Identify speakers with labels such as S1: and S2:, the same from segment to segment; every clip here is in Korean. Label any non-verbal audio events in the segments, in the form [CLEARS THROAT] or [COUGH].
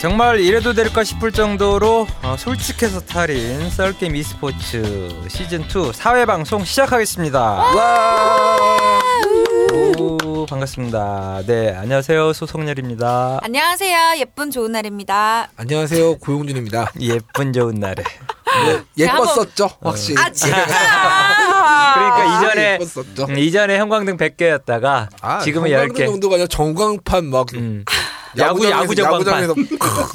S1: 정말 이래도 될까 싶을 정도로 어, 솔직해서 탈인 썰게임 e스포츠 시즌 2 사회 방송 시작하겠습니다. 오, 반갑습니다. 네, 안녕하세요. 소송열입니다.
S2: 안녕하세요. 예쁜 좋은 날입니다.
S3: 안녕하세요 고용준입니다. 네,
S1: 예쁜 좋은 날에.
S3: 예뻤었죠 확실히.
S2: 네, 아
S1: [LAUGHS]
S2: 진짜.
S1: 그러니까
S3: 아,
S1: 이전에
S3: 예뻤었죠.
S1: 음, 이전에 형광등 100개였다가 지금은
S3: 아,
S1: 10개.
S3: 형광등 정도가 아니라 전광판 막
S1: 음. 야구
S3: 야구장에서-
S1: 야구장
S3: 야구장에서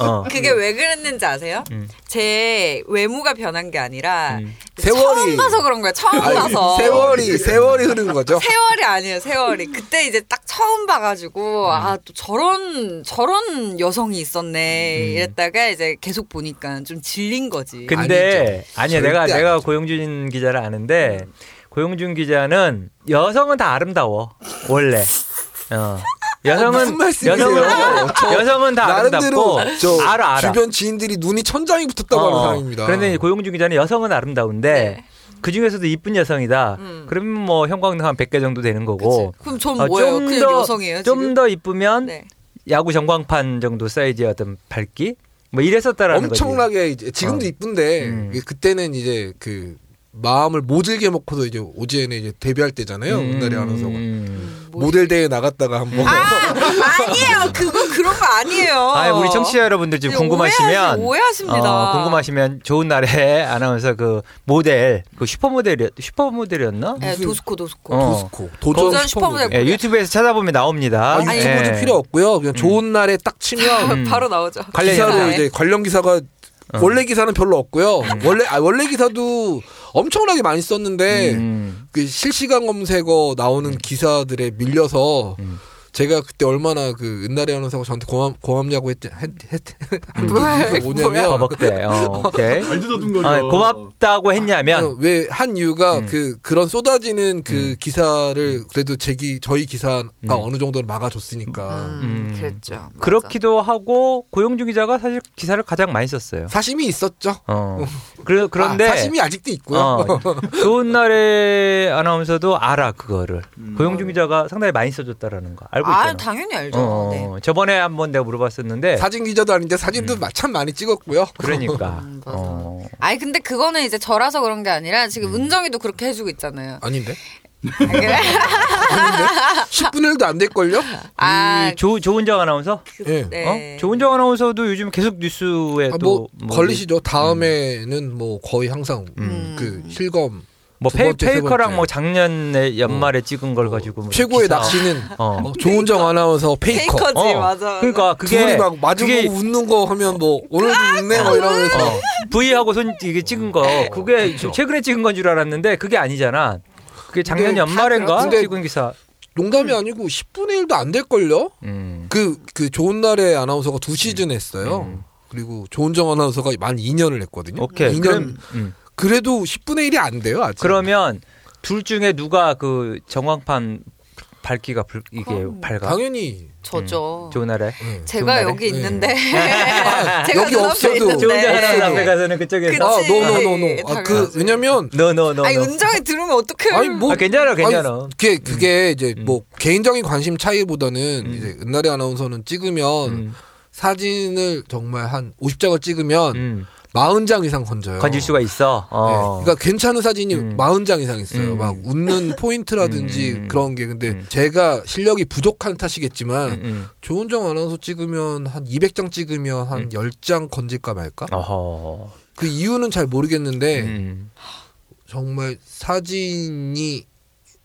S2: [LAUGHS]
S1: 어.
S2: 그게 왜 그랬는지 아세요?
S1: 음.
S2: 제 외모가 변한 게 아니라
S1: 음.
S3: 세월이.
S2: 처음 봐서 그런 거예요. 처음
S3: 아니,
S2: 봐서.
S3: 세월이 세월이 흐른 거죠.
S2: 세월이 아니에요. 세월이. 그때 이제 딱 처음 봐가지고 아 또 저런 저런 여성이 있었네 이랬다가 이제 계속 보니까 좀 질린 거지.
S1: 음.
S2: 아,
S1: 근데 아니야
S3: 절대
S1: 내가
S3: 아니죠. 음.
S1: 내가 고용준 기자를 아는데 고용준 기자는 여성은 다 아름다워 원래 어.
S3: 아, 무슨
S1: 여성은
S3: 말씀이세요?
S1: 여성은
S3: 저
S1: 여성은 다
S3: 나름대로
S1: 아름답고
S3: 저
S1: 알아 알아
S3: 주변 지인들이 눈이 천장이 붙었다고 하는
S1: 어,
S3: 사람입니다.
S1: 그런데 이제 고용준 기자는 여성은 아름다운데
S2: 네.
S1: 그 중에서도 이쁜 여성이다.
S2: 음.
S1: 그러면 뭐 형광등 한 100개 정도 되는 거고.
S2: 그럼 전
S1: 어,
S2: 뭐예요?
S1: 좀
S2: 그냥
S1: 더-
S2: 여성이에요
S1: 좀
S2: 지금?
S1: 더 이쁘면
S2: 네.
S1: 야구 전광판 정도 사이즈의 어떤 밝기? 뭐 이랬었다라는 거지.
S3: 엄청나게 이제 지금도
S1: 어.
S3: 이쁜데
S1: 음.
S3: 이게 그때는 이제 그 마음을 모질게 먹고서 이제 오지엔에 이제 데뷔할 때잖아요.
S1: 음,
S3: 은달이 아나운서가
S1: 음.
S3: 모델 대회 나갔다가 한번
S2: 아, 아니에요. 그거 그런 거 아니에요.
S1: 아, 우리 청취자 여러분들 지금
S2: 네,
S1: 궁금하시면
S2: 어. 오해하지- 오해하십니다.
S1: 어, 궁금하시면 좋은 날에 [LAUGHS] 아나운서 그 모델, 그 슈퍼모델이 슈퍼모델이었나?
S2: 예,
S3: 무슨-
S2: 도스코 도스코.
S1: 어.
S3: 도스코 도전
S2: 도전
S3: 슈퍼모델.
S2: 슈퍼모델.
S1: 예, 유튜브에서 찾아보면 나옵니다.
S3: 아,
S2: 아니,
S3: 유튜브도
S1: 예.
S3: 필요 없고요. 그냥 좋은 날에 딱 치면
S1: 음.
S2: [LAUGHS] 바로 나오죠.
S1: [LAUGHS] 관련
S3: 기사로
S1: 기사에.
S3: 이제 관련 기사가
S1: 어.
S3: 원래 기사는 별로 없고요.
S1: 음.
S3: 원래 아 원래 기사도 엄청나게 많이 썼는데
S1: 음.
S3: 그 실시간 검색어 나오는 기사들에 밀려서
S1: 음.
S3: 제가 그때 얼마나 그 은나래 아나운서가 저한테 고맙, 고맙냐고 했, 했, 했,
S1: 그
S3: 한게
S2: 뭐야,
S1: 어,
S3: 뭐냐면
S1: 먹대.
S3: [LAUGHS]
S1: 어, 오케이.
S4: 알드더듬거려.
S1: 아, 고맙다고 했냐면
S3: 왜 한 이유가
S1: 음.
S3: 그 그런 쏟아지는 그 기사를 그래도 제기 저희 기사가
S1: 음.
S3: 어느 정도는 막아줬으니까
S2: 음, 그랬죠. 맞아.
S1: 그렇기도 하고 고용준 기자가 사실 기사를 가장 많이 썼어요.
S3: 사심이 있었죠.
S1: 어. 그, 그런데
S3: 아, 사심이 아직도 있고요.
S1: 어, 좋은 날에 아나운서도 알아 그거를
S3: 음.
S1: 고용준 기자가 상당히 많이 써줬다라는 거 알고 있잖아.
S2: 아, 당연히 알죠.
S1: 어,
S2: 네.
S1: 저번에 한번 내가 물어봤었는데
S3: [LAUGHS] 사진 기자도 아닌데 사진도 마- 참 많이 찍었고요.
S1: 예. 음. 그러니까
S2: 음, 맞아.
S1: 어. 음.
S2: 아니 근데 그거는 이제 저라서 그런 게 아니라 지금 은정이도 그렇게 해주고 있잖아요.
S3: [LAUGHS] 아닌데?
S2: 아, 그래?
S3: 10분 1도 안 될걸요?
S2: 아,
S1: 이 조, 조은정 아나운서
S3: 예.
S2: 네.
S1: 그 어? 조은정 아나운서도 요즘 계속 뉴스에
S3: 아,
S1: 또
S3: 뭐
S1: 뭐,
S3: 걸리시죠. 다음에는 뭐 거의 항상 그 실검
S1: 음. 뭐
S3: 두
S1: 페이,
S3: 번째, 세
S1: 페이커랑
S3: 번째.
S1: 뭐 작년에 연말에 찍은 걸 가지고 뭐
S3: 최고의
S1: 기사.
S3: 낚시는
S1: 어.
S3: 어, 조은정 아나운서 페이커.
S2: 페이커지
S1: 어.
S2: 맞아.
S1: 그러니까
S3: 둘이
S1: 그게
S3: 막 마주보고
S1: 그게
S3: 웃는 거 하면 뭐 오늘도 웃네 뭐 이러면서
S1: 어, V하고 손 이게 찍은 거
S3: 어.
S1: 그게 최근에 찍은 건 줄 알았는데 그게 아니잖아. 그게 작년
S3: 그렇죠. 근데 그렇죠.
S1: 연말인가
S3: 근데-
S1: 찍은 기사.
S3: 농담이 아니고 10분의 1도 안 될걸요?
S1: 음.
S3: 그, 그 좋은 날의 아나운서가 두 시즌 했어요.
S1: 음.
S3: 그리고 조은정 아나운서가 만 2년을 했거든요.
S1: 오케이.
S3: 2년.
S1: 그럼, 음.
S3: 그래도 10분의 1이 안 돼요, 아직.
S1: 그러면 둘 중에 누가 그 정광판 밝기가 불, 이게
S2: 그럼
S1: 밝아?
S3: 당연히. 어.
S2: 저죠.
S1: 음, 좋은 날에. 음.
S2: 제가
S1: 좋은
S2: 여기
S3: 날에?
S2: 있는데
S3: 아,
S2: 제가
S3: 여기
S2: 눈앞에
S3: 없어도
S2: 있는데.
S1: 좋은
S3: 네.
S1: 날
S3: 없어도.
S1: 앞에 가서는
S2: 그치.
S1: 그쪽에서.
S3: 아,
S2: 네,
S3: 노노노노. 아, 그,
S2: 당연하지.
S1: [LAUGHS]
S3: 왜냐면
S1: 너너너.
S2: 아니 은정이 들으면 어떡해?
S3: 아니 뭐
S1: 아, 괜찮아, 괜찮아.
S3: 아니, 그게
S1: 음.
S3: 그게 이제 뭐 개인적인 관심 차이보다는 이제 은나래 아나운서는 찍으면
S1: 음.
S3: 사진을 정말 한 50장을 찍으면
S1: 음.
S3: 40장 이상 건져요.
S1: 건질 수가 있어.
S3: 네.
S1: 어.
S3: 그러니까 괜찮은 사진이
S1: 음.
S3: 40장 이상 있어요.
S1: 음.
S3: 막 웃는 포인트라든지
S1: 음.
S3: 그런 게 근데
S1: 음.
S3: 제가 실력이 부족한 탓이겠지만
S1: 음, 음.
S3: 조은정 아나운서 찍으면 한 200장 찍으면 한
S1: 음.
S3: 10장 건질까 말까?
S1: 어허.
S3: 그 이유는 잘 모르겠는데
S1: 음.
S3: 정말 사진이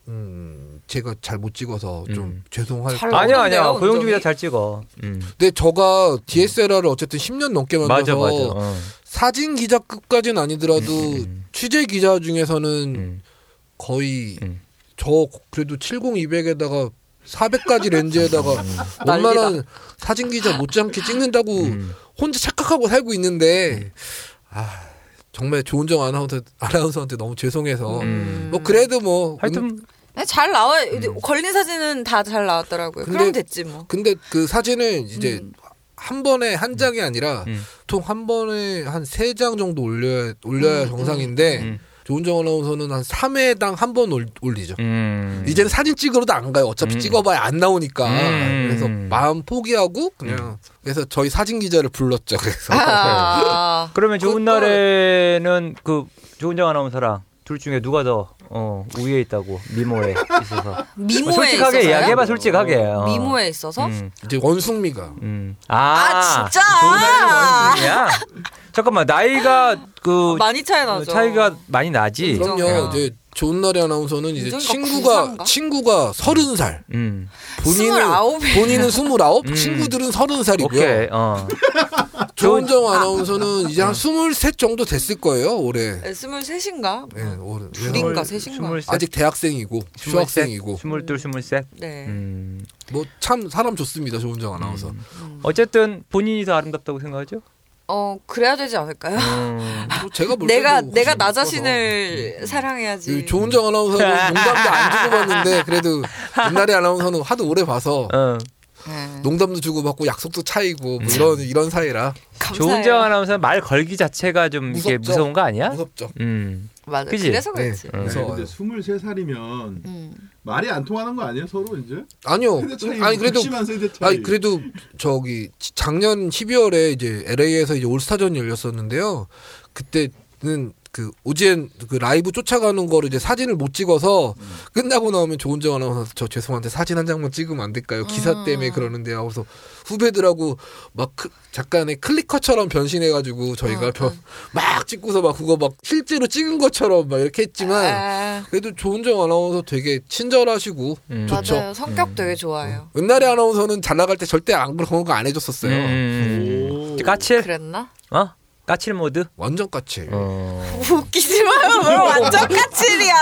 S3: 음 제가 잘 못 찍어서 좀
S1: 음.
S3: 죄송할.
S2: 잘-
S1: 아니야 아니야.
S2: 어려운데요,
S1: 고용주 기자
S2: 은정이?
S1: 잘 찍어. 음.
S3: 근데 저가 DSLR을 어쨌든 10년 넘게
S1: 맞아 맞아.
S3: 만들어서
S1: 어.
S3: 사진 기자급까지는 아니더라도
S1: 음.
S3: 취재 기자 중에서는
S1: 음.
S3: 거의
S1: 음.
S3: 저 그래도 70200에다가 400까지 렌즈에다가 [LAUGHS] 웬만한 사진 기자 못지않게 찍는다고
S1: 음.
S3: 혼자 착각하고 살고 있는데 아 정말 조은정 아나운서 아나운서한테 너무 죄송해서
S1: 음.
S3: 뭐 그래도 뭐 음,
S1: 하여튼
S2: 네, 잘 나와 걸린 사진은 다 잘 나왔더라고요.
S3: 근데-
S2: 그럼 됐지 뭐. 음.
S3: 근데 그 사진은 이제 한 번에 한 장이 아니라
S1: 음.
S3: 보통 한 번에 한 세 장 정도 올려 올려야 정상인데
S1: 음.
S3: 조은정 아나운서는 한 3회당 한 번 올리죠.
S1: 음.
S3: 이제는 사진 찍으러도 안 가요. 어차피
S1: 음.
S3: 찍어봐야 안 나오니까.
S1: 음.
S3: 그래서 마음 포기하고 그냥 그래서 저희 사진 기자를 불렀죠. 그래서
S2: [LAUGHS] 아,
S1: 그러면 좋은
S3: 그것도-
S1: 날에는 그 조은정 아나운서랑 둘 중에 누가 더 어, 우위에 있다고 미모에
S2: [LAUGHS]
S1: 있어서 뭐
S2: 미모에
S1: 솔직하게
S2: 있어서요?
S1: 이야기해봐 솔직하게 어.
S2: 미모에 있어서
S1: 음,
S3: 이제 원숭미가
S1: 음.
S2: 아, 진짜? 아,
S1: 좋은 날에는 원숭이야 잠깐만 나이가 그
S2: 많이 차이 나죠.
S1: 차이가 많이 나지 어.
S3: 그럼요.
S2: 인정해요.
S3: 이제 좋은 날의 아나운서는 이제
S2: 인정이가
S3: 친구가
S2: 구사인가?
S3: 친구가 서른 살,
S1: 음.
S3: 본인은
S2: 29
S3: 본인은 스물아홉,
S1: 음.
S3: 친구들은 서른 살이고요.
S1: 오케이 음. 어.
S3: 조은정 아나운서는 이제 한 스물셋 정도 됐을 거예요 올해.
S2: 네, 23인가?
S3: 예, 올해.
S2: 둘인가? 셋인가?
S1: 아직
S3: 아직 대학생이고 중학생이고
S1: 스물둘 스물셋
S2: 네.
S1: 음.
S3: 뭐 참 사람 좋습니다 조은정 아나운서.
S1: 어쨌든 본인이 더 아름답다고 생각하죠
S2: 어, 그래야 되지 [LAUGHS] 않을까요?
S1: 음.
S3: 뭐 제가 볼
S2: 내가
S3: 때도
S2: 내가 나
S3: 예뻐서.
S2: 자신을 사랑해야지.
S1: 네. 그
S3: 이그 조은정 아나운서는 농담도 안 주고
S1: [LAUGHS]
S3: 받는데 그래도 옛날에 아나운서는 하도 오래 봐서
S1: 어.
S2: 네.
S3: 농담도 주고 받고 약속도 차이고
S1: 음.
S3: 뭐 이런 이런 사이라
S2: 감사해요.
S1: 조은정 아나운서 말 걸기 자체가 좀 이게
S3: 무섭죠?
S1: 무서운 거 아니야?
S3: 무섭죠.
S1: 음.
S2: 맞아.
S1: 그지?
S2: 그래서
S3: 네.
S2: 그렇지.
S1: 음.
S3: 무서워요.
S4: 근데 23살이면
S2: 음.
S4: 말이 안 통하는 거 아니에요 서로 이제?
S3: 아니요.
S4: 세대 차이
S3: 어, 아니 그래도
S4: 심한 세대 차이.
S3: 아니 그래도 저기 지- 작년 12월에 이제 LA에서 이제 올스타전 이 열렸었는데요. 그때는 그 오지엔 그 라이브 쫓아가는 거를 이제 사진을 못 찍어서 끝나고 나오면 조은정 아나운서 저 죄송한데 사진 한 장만 찍으면 안 될까요? 기사 때문에 그러는데 하고서 후배들하고 막 그- 잠깐의 클리커처럼 변신해가지고 저희가
S2: 음,
S3: 변- [LAUGHS] 막 찍고서 막 그거 막 실제로 찍은 것처럼 막 이렇게
S1: 네.
S3: 했지만
S2: 아,
S3: 그래도 조은정 아나운서 되게 친절하시고
S1: 음.
S3: 좋죠.
S2: 맞아요. 성격 되게 좋아요.
S3: 은나래 아나운서는 잘 나갈 때 절대 안 그런 거 안 해줬었어요.
S1: 음.
S4: 오.
S1: 까칠?
S2: 그랬나? [LAUGHS]
S1: 어? 까칠 모드?
S3: 완전 까치.
S1: 어.
S2: 웃기지 마요. 뭘 완전 까칠이야.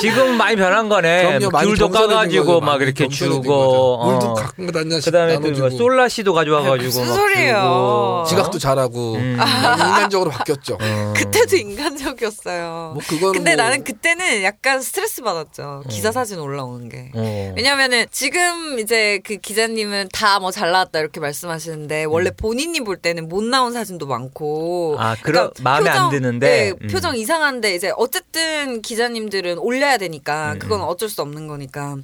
S1: 지금 많이 변한 거네.
S3: 그럼요, 많이
S1: 귤도
S3: 겸손해진
S1: 까가지고
S3: 거죠.
S1: 막
S3: 많이
S1: 이렇게
S3: 겸손해진
S1: 주고.
S3: 거죠. 뭐 물도
S1: 어.
S3: 가끔 다녀씩
S1: 그다음에 또뭐
S3: 나눠주고
S1: 솔라씨도 가져와가지고
S2: 무슨
S1: 막
S2: 소리예요?
S1: 주고.
S3: 지각도 잘하고
S1: 음.
S3: 많이 인간적으로 바뀌었죠.
S1: 어.
S2: 그때도 인간적이었어요.
S3: 뭐 그거는
S2: 근데
S3: 뭐
S2: 나는 그때는 약간 스트레스 받았죠.
S1: 음.
S2: 기사 사진 올라오는 게.
S1: 어.
S2: 왜냐면은 지금 이제 그 기자님은 다 뭐 잘 나왔다 이렇게 말씀하시는데 원래 본인이 볼 때는 못 나온 사진도 많고
S1: 음.
S2: 그러니까
S1: 아, 그러- 마음에 안 드는데?
S2: 네,
S1: 음.
S2: 표정 이상한데 이제 어쨌든 기자님들은 올려야 되니까
S1: 음,
S2: 그건 어쩔 수 없는 거니까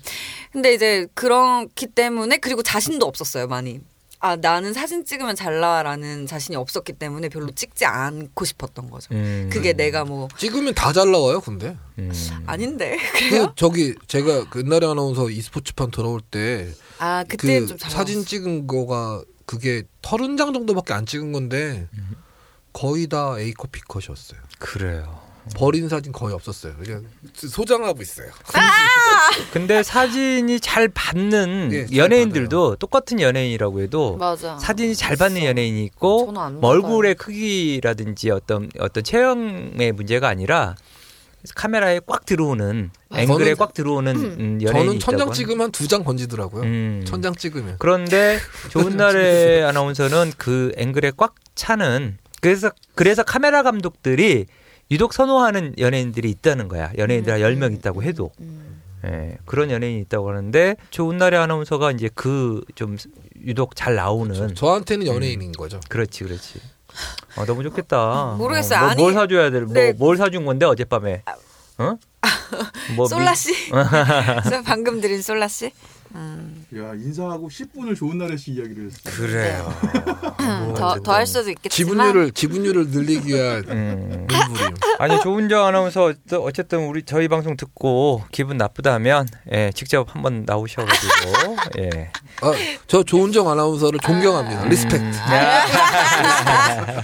S2: 근데 이제 그렇기 때문에 그리고 자신도 없었어요 많이 아 나는 사진 찍으면 잘 나와라는 자신이 없었기 때문에 별로 찍지 않고 싶었던 거죠
S1: 음.
S2: 그게 내가 뭐
S3: 찍으면 다 잘 나와요. 근데
S1: 음.
S2: 아닌데
S3: 그 저기 제가 그 은나래 아나운서 e스포츠판 돌아올 때 그
S2: 아 그때 좀잘
S3: 사진 찍은 거가 그게 서른 장 정도밖에 안 찍은 건데 거의 다 A 커피 컷이었어요.
S1: 그래요.
S3: 버린 사진 거의 없었어요. 그냥 소장하고 있어요.
S2: 아!
S1: 근데 사진이 잘 받는
S3: 예, 잘
S1: 연예인들도 똑같은 연예인이라고 해도
S2: 맞아
S1: 사진이 잘 받는 연예인이 있고
S2: 저는 안
S1: 뭐 얼굴의 크기라든지 어떤 어떤 체형의 문제가 아니라 카메라에 꽉 들어오는 앵글에
S3: 아, 저는-
S1: 꽉 들어오는 음, 연예인이
S3: 저는 천장
S1: 있다고
S3: 찍으면 두 장 건지더라고요.
S1: 음.
S3: 천장 찍으면. [LAUGHS]
S1: 그런데 좋은 날의 아나운서는 그 앵글에 꽉 차는 그래서 그래서 카메라 감독들이 유독 선호하는 연예인들이 있다는 거야.
S2: 음.
S1: 연예인들 한
S3: 음.
S1: 10명 있다고 해도. 예, 그런 연예인이 있다고 하는데 좋은 날의 아나운서가 이제 그 좀 유독 잘 나오는
S3: 저한테는
S1: 음.
S3: 연예인인 거죠.
S1: 그렇지, 그렇지. 아, 너무 좋겠다.
S2: 모르겠어요.
S1: 어, 뭐,
S2: 아니-
S1: 뭘 사줘야 될? 뭐,
S2: 네. 아,
S1: 뭘 사준 건데 어젯밤에?
S2: [LAUGHS]
S1: 어? 뭐
S2: 솔라
S1: 미-
S2: 씨
S1: [LAUGHS]
S2: 방금 드린 솔라 씨 음,
S4: 야 인사하고 10분을 좋은 날에 씨 이야기를 했어.
S1: 그래요. 아, 뭐
S2: 더할 수도 있겠지만
S3: 지분율을 지분율을 늘리기 위한
S2: 네.
S1: 음.
S3: 물부림.
S1: 아니 조은정 아나운서 어쩌- 어쨌든 우리 저희 방송 듣고 기분 나쁘다면 예, 직접 한번 나오셔가지고
S2: [LAUGHS]
S1: 예.
S3: 아, 저 조은정 아나운서를 존경합니다.
S1: 음.
S3: 리스펙트.
S1: 네.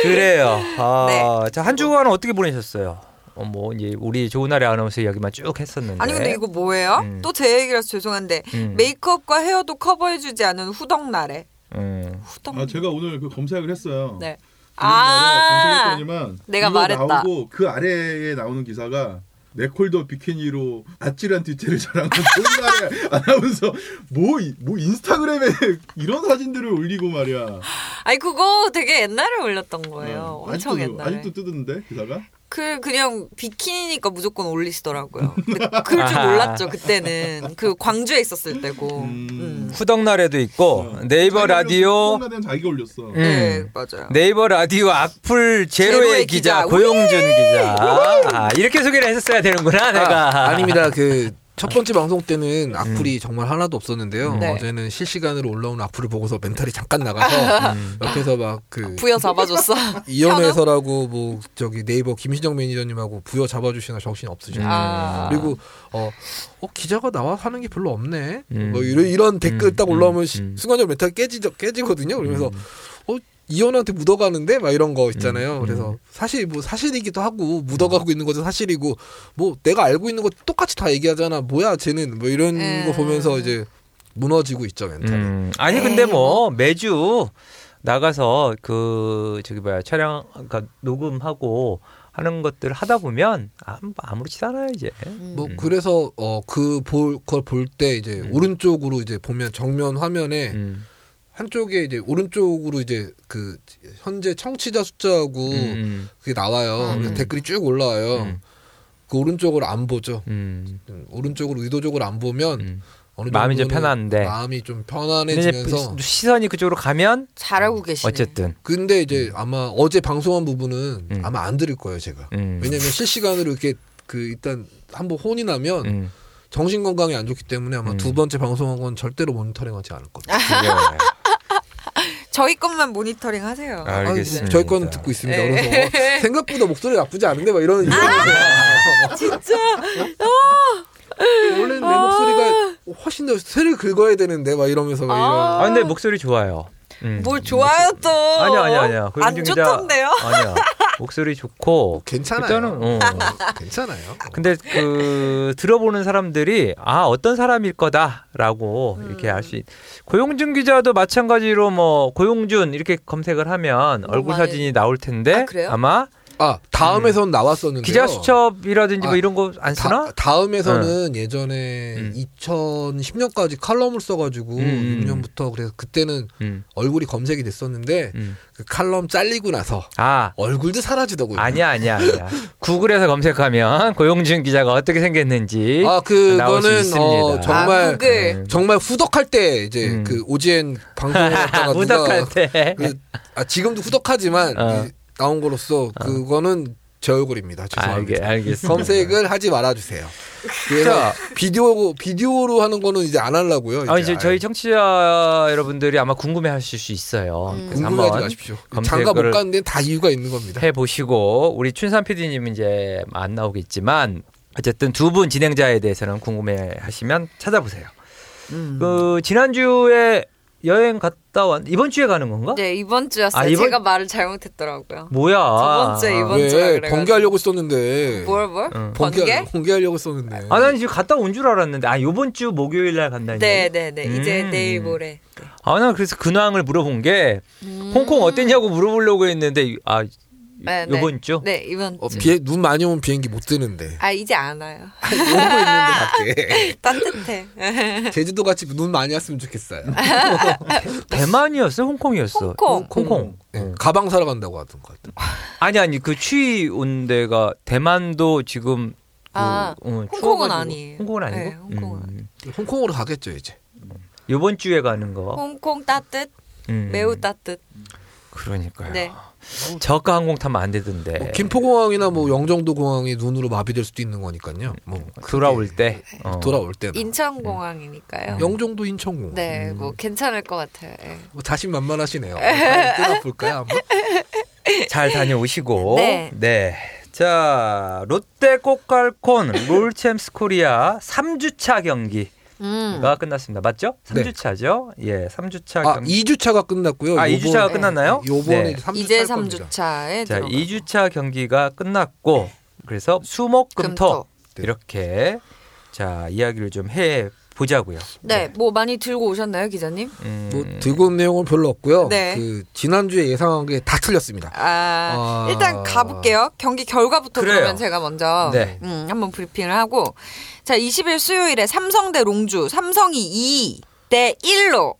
S2: [LAUGHS]
S1: 그래요. 아,
S2: 네.
S1: 자한 주간은 어떻게 보내셨어요? 어, 뭐 이제 우리 좋은 날의 아나운서 이야기만 쭉 했었는데.
S2: 아니 근데 이거 뭐예요?
S1: 음.
S2: 또 제 얘기라서 죄송한데
S1: 음.
S2: 메이크업과 헤어도 커버해주지 않은 후덕 날에
S1: 음.
S2: 후덕
S4: 아 제가 오늘 그 검색을 했어요.
S2: 네. 아.
S4: 아 검색했더니만
S2: 내가
S4: 이거
S2: 말했다.
S4: 나오고 그 아래에 나오는 기사가 맥콜더 비키니로 아찔한 뒤태를 자랑한 [LAUGHS] 좋은 날에 아나운서 뭐, 이- 뭐 인스타그램에 [LAUGHS] 이런 사진들을 올리고 말이야.
S2: 아니 그거 되게 옛날에 올렸던 거예요.
S4: 네.
S2: 엄청
S4: 아직도,
S2: 옛날에.
S4: 아직도 뜨던데 기사가?
S2: 그 그냥 비키니니까 무조건
S1: [LAUGHS]
S2: 올리시더라고요. 근데 그럴 줄
S1: 아하.
S2: 몰랐죠 그때는. 그 광주에 있었을 때고. 음.
S4: 음.
S1: 후덕날에도 있고
S4: 어. 자기가
S1: 네이버 라디오
S4: 올렸어. 자기가 올렸어.
S1: 음.
S2: 네, 맞아요.
S1: 네이버 라디오 악플 제로의
S2: 제로의
S1: 기자
S2: 기자.
S1: 고용준 기자 아, 이렇게 소개를 했었어야 되는구나 내가 음.
S3: 아, 닙니다 그 첫 번째 방송 때는 악플이 정말 하나도 없었는데요.
S2: 네.
S3: 어제는 실시간으로 올라온 악플을 보고서 멘탈이 잠깐
S1: 음.
S3: 나가서 옆에서 막그
S2: 부여 잡아줬어.
S3: 이연회서라고 뭐 저기 네이버 김신정 매니저님하고 부여 잡아주시나 정신 없으시고
S2: 아.
S3: 그리고 어, 어, 기자가 나와 하는 게 별로 없네
S1: 음.
S3: 뭐 이런, 이런 댓글
S1: 음,
S3: 딱 올라오면
S1: 음,
S3: 시-
S1: 음.
S3: 순간적으로 멘탈 깨지 깨지거든요 그러면서 어 이현우한테 묻어가는데 막 이런 거 있잖아요.
S1: 음,
S3: 그래서 사실 뭐 사실이기도 하고 묻어가고 있는 것도 사실이고 뭐 내가 알고 있는 것 똑같이 다 얘기하잖아. 뭐야 쟤는 뭐 이런
S2: 음.
S3: 거 보면서 이제 무너지고 있죠 멘탈. 이
S1: 음, 아니 근데 뭐 매주 나가서 그 저기 뭐야 촬영 그러니까 녹음하고 하는 것들 하다 보면 아, 뭐 아무렇지도 않아요 이제.
S3: 뭐
S1: 음.
S3: 그래서 어 그 볼 걸 볼 때 이제 오른쪽으로 이제 보면 정면 화면에
S1: 음.
S3: 한쪽에 이제 오른쪽으로 이제 그 현재 청취자 숫자하고
S1: 음,
S3: 그게 나와요.
S2: 음.
S3: 그래서 댓글이 쭉 올라와요.
S1: 음.
S3: 그 오른쪽으로 안 보죠.
S1: 음,
S3: 음, 오른쪽으로 의도적으로 안 보면
S1: 음.
S3: 어느
S1: 마음이 좀
S3: 정도는
S1: 편한데. 네.
S3: 마음이 좀
S1: 근데 이제
S3: 편안해지면서
S1: 시선이 그쪽으로 가면
S2: 잘하고 계시네.
S1: 어쨌든
S3: 근데 이제 아마 어제 방송한 부분은
S1: 음.
S3: 아마 안 들을 거예요 제가
S1: 음.
S3: 왜냐면 실시간으로 이렇게 그 일단 한번 혼이 나면
S1: 음.
S3: 정신 건강이 안 좋기 때문에 아마
S1: 음.
S3: 두 번째 방송한 건 절대로 모니터링하지 않을 겁니다.
S1: 그래요.
S2: 저희 것만 모니터링 하세요. [LAUGHS]
S1: 아, 알겠습니다.
S3: 아이고, 저희 거는 듣고 있습니다.
S2: 네. [LAUGHS] 아!
S3: 그래서 어, 생각보다 목소리 나쁘지 않은데 막 이런 원래 는내
S2: 어.
S3: 목소리가 훨씬 더 쇠를 긁어야 되는데 막 이러면서 막
S1: 아
S3: 이런
S1: 근데 목소리 좋아요. 음.
S2: 뭘 좋아요 또?
S1: 아니야 아니야 아니야.
S2: 어, 안
S1: 고영준 기자-
S2: 좋던데요?
S1: 아니야. 목소리 좋고
S3: 괜찮아요.
S1: 일단은 어.
S3: 괜찮아요.
S1: 근데 그 들어보는 사람들이 아 어떤 사람일 거다라고 이렇게 알 수 있. 고용준 기자도 마찬가지로 뭐 고용준 이렇게 검색을 하면
S2: 뭐
S1: 얼굴
S2: 많이-
S1: 사진이 나올 텐데
S2: 아, 그래요?
S1: 마
S3: 아 다음에선 나왔었는데
S1: 기자 수첩이라든지 뭐
S3: 아,
S1: 이런 거 안 쓰나?
S3: 다, 음에서는 예전에
S1: 음.
S3: 2010년까지 칼럼을 써가지고
S1: 음.
S3: 6년부터 그래서 그때는
S1: 음,
S3: 얼굴이 검색이 됐었는데
S1: 음.
S3: 그 칼럼 잘리고 나서
S1: 아
S3: 얼굴도 사라지더군요.
S1: 아니야 아니야 아니야. 구글에서 검색하면 고용준 기자가 어떻게 생겼는지
S3: 아,
S1: 나올 수
S3: 그거는
S1: 있습니다.
S3: 어, 정말
S2: 아, 구글.
S1: 음.
S3: 정말 후덕할 때 이제
S1: 음.
S3: 그 오지엔 방송을
S1: 아, [LAUGHS]
S3: 했다가
S1: 무덕할
S3: 누가
S1: 때.
S3: 그, 아, 지금도 후덕하지만
S1: 어.
S3: 이- 나온 거로서 그거는 제 얼굴입니다. 죄송합니다.
S1: 아, 알겠 알겠습니다.
S3: 검색을 하지 말아주세요. 그래서 비디오 비디오로 하는 거는 어, 이제 안 하려고요.
S1: 아 이제
S3: 아예.
S1: 저희 청취자 여러분들이 아마 궁금해하실 수 있어요.
S2: 음.
S1: 그래서
S3: 궁금해하지
S1: 한번
S3: 마십시오.
S1: 검색을
S3: 장가 못 가는 데는 다 이유가 있는 겁니다.
S1: 해 보시고 우리 춘삼 PD님은 이제 안 나오겠지만 어쨌든 두 분 진행자에 대해서는 궁금해하시면 찾아보세요.
S2: 음.
S1: 그 지난주에 여행 갔다 왔 이번 주에 가는 건가?
S2: 네 이번 주였어요.
S1: 아, 이번-
S2: 제가 말을 잘못했더라고요.
S1: 뭐야?
S2: 저번 주에 이번- 번째라
S3: 왜
S2: 그래가지고.
S3: 번개하려고
S1: 네.
S3: 썼는데?
S2: 뭘 뭘?
S1: 응.
S2: 번개?
S3: 번개하려고 썼는데.
S1: 아, 난 지금 갔다 온 줄 알았는데, 아, 요번 주 목요일 날 간다니.
S2: 네네네 이제
S1: 음.
S2: 내일 모레.
S1: 아, 난 그래서 근황을 물어본 게, 홍콩 어땠냐고 물어보려고 했는데, 아,
S2: 음. 네, 네.
S1: 요번 주?
S2: 네 이번.
S3: 어, 비눈 많이 오면 비행기
S1: [LAUGHS]
S3: 못 뜨는데.
S2: 아 이제 안 와요.
S3: 오고
S2: [LAUGHS]
S3: 있는데 밖에.
S2: 따뜻해.
S3: 제주도 같이 눈 많이 왔으면 좋겠어요.
S1: 대만이었어? 홍콩이었어?
S2: 홍콩.
S1: 홍콩.
S3: 네,
S1: 응.
S3: 가방 사러 간다고 하던 것 같아요.
S1: 음. 아니 아니 그 추위 온 데가 대만도 지금 그,
S2: 아,
S1: 어,
S2: 홍콩은
S1: 추워가지고-
S2: 아니에요.
S1: 홍콩은 아니고.
S2: 네, 홍콩은
S3: 홍콩으로 가겠죠 이제.
S1: 이번 주에 가는 거.
S2: 홍콩 따뜻
S1: 어? 음. 아,
S2: 매우 따뜻.
S1: 그러니까요.
S2: 네.
S1: 저가 항공 타면 안 되던데.
S3: 뭐 김포공항이나 뭐 영종도 공항이 눈으로 마비될 수도 있는 거니까요. 뭐
S1: 돌아올 때. 어.
S3: 네. 돌아올 때
S1: 음.
S2: 인천공항이니까요.
S3: 영종도 인천공항.
S2: 네, 뭐 괜찮을 것 같아요. 예.
S3: 뭐 자신만만하시네요. 뜯어
S1: [LAUGHS]
S3: 볼까요 한번?
S1: 잘 다녀오시고.
S2: 네.
S1: 자, 롯데 꼬깔콘 롤챔스 코리아 3주차 경기가
S2: 음.
S1: 끝났습니다. 맞죠? 3주차죠? 예, 3주차
S3: 네. 아,
S1: 경기.
S3: 2주차가 끝났고요.
S1: 아, 2주차가
S3: 요번-
S1: 끝났나요?
S3: 요번에
S1: 네.
S2: 이제
S3: 3주차.
S2: 3주차에
S1: 자,
S2: 들어가.
S1: 2주차 경기가 끝났고 그래서 수목 금토
S2: 네. 금토.
S3: 네.
S1: 이렇게 자, 이야기를 좀 해 보자고요.
S2: 네, 뭐 많이 들고 오셨나요, 기자님?
S1: 음,
S3: 뭐 들고 온 내용은 별로 없고요.
S2: 네.
S3: 그 지난주에 예상한 게 다 틀렸습니다.
S2: 아,
S3: 아.
S2: 일단 가볼게요. 경기 결과부터
S1: 그래요.
S2: 그러면 제가 먼저
S1: 네.
S2: 음, 한번 브리핑을 하고 자, 20일 수요일에 삼성 대 롱주, 삼성이 2 대 1로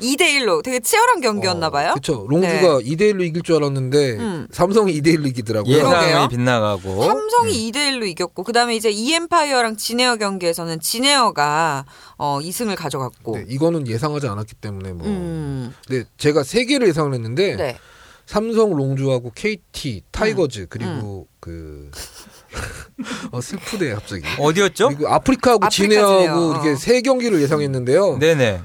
S2: 2대 1로 되게 치열한 경기였나 봐요. 네.
S3: 그렇죠. 롱주가 2대 1로 이길 줄 알았는데
S2: 음.
S3: 삼성이 2대 1로 이기더라고요.
S2: 그러게요.
S1: 예상이 빗나가고
S2: 삼성이 2대 1로 이겼고 그다음에 이제 이엠파이어랑 진에어 경기에서는 진에어가 어 2승을 가져갔고.
S3: 네, 이거는 예상하지 않았기 때문에 뭐.
S2: 음.
S3: 근데 제가 세 개를 예상을 했는데
S2: 네.
S3: 삼성 롱주하고 KT 타이거즈 그리고 그 [LAUGHS] 어, 슬프네 갑자기.
S1: 어디였죠?
S3: 그리고 아프리카하고
S2: 아프리카 지네요. 어.
S3: 지네하고 이렇게 세 경기를 예상했는데요.
S1: 네네.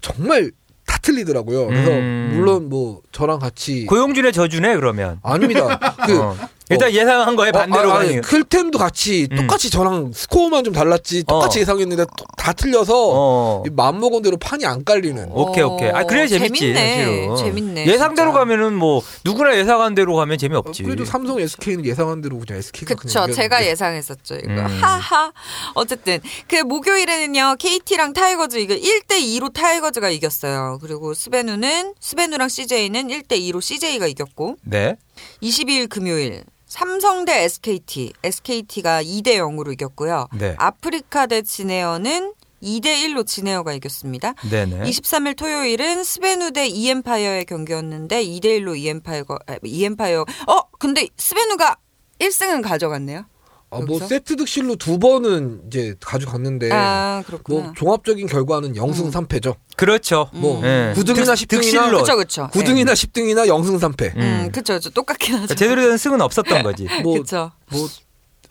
S3: 정말 다 틀리더라고요. 그래서
S1: 음.
S3: 물론 뭐 저랑 같이
S1: 고용준의 저주네 그러면. [LAUGHS]
S3: 아닙니다. 그
S1: 어. 일단
S3: 어.
S1: 예상한 거에 반대로
S3: 아, 아,
S1: 가는.
S3: 아니, 클템도 같이
S1: 음.
S3: 똑같이 저랑 스코어만 좀 달랐지
S1: 어.
S3: 똑같이 예상했는데 또- 다 틀려서
S1: 어.
S3: 이 마음먹은 대로 판이 안 깔리는
S1: 오케이 오케이. 아 그래 재밌지
S2: 재밌네.
S1: 사실은.
S2: 재밌네,
S1: 예상대로
S2: 진짜.
S1: 가면은 뭐 누구나 예상한 대로 가면 재미없지.
S3: 어, 그래도 삼성 SK는 예상한 대로 그냥 SK가
S2: 그쵸.
S3: 그러니까 그냥
S2: 제가
S3: 이겼는데.
S2: 예상했었죠. 이거.
S1: 음.
S2: 하하. 어쨌든. 그 목요일에는요, KT랑 타이거즈, 이거 1대2로 타이거즈가 이겼어요. 그리고 스베누는, 스베누랑 CJ는 1대2로 CJ가 이겼고,
S1: 네.
S2: 22일 금요일, 삼성 대 SKT, SKT가 2대0으로 이겼고요.
S1: 네.
S2: 아프리카 대 진에어는 2대1로 진에어가 이겼습니다.
S1: 네네.
S2: 23일 토요일은 스베누 대 이엠파이어의 경기였는데 2대1로 이엠파이어가 아, 이엠파이어 어 근데 스베누가 1승은 가져갔네요.
S3: 아, 뭐
S2: 여기서?
S3: 세트 득실로 두 번은 이제 가져갔는데
S2: 아
S3: 뭐
S2: 그렇구나. 음.
S3: 종합적인 결과는 0승 3패죠.
S1: 그렇죠.
S3: 뭐
S1: 예.
S3: 9등이나
S1: 득-
S3: 10등이나
S1: 득실로.
S2: 그렇죠 그렇죠.
S3: 9등이나 네. 10등이나 0승 3패.
S2: 네. 음 그렇죠 똑같긴
S1: 그러니까
S2: 하죠.
S1: 제대로 된 승은
S2: [LAUGHS]
S1: 없었던 거지.
S3: 뭐,
S2: 그렇죠.
S3: 뭐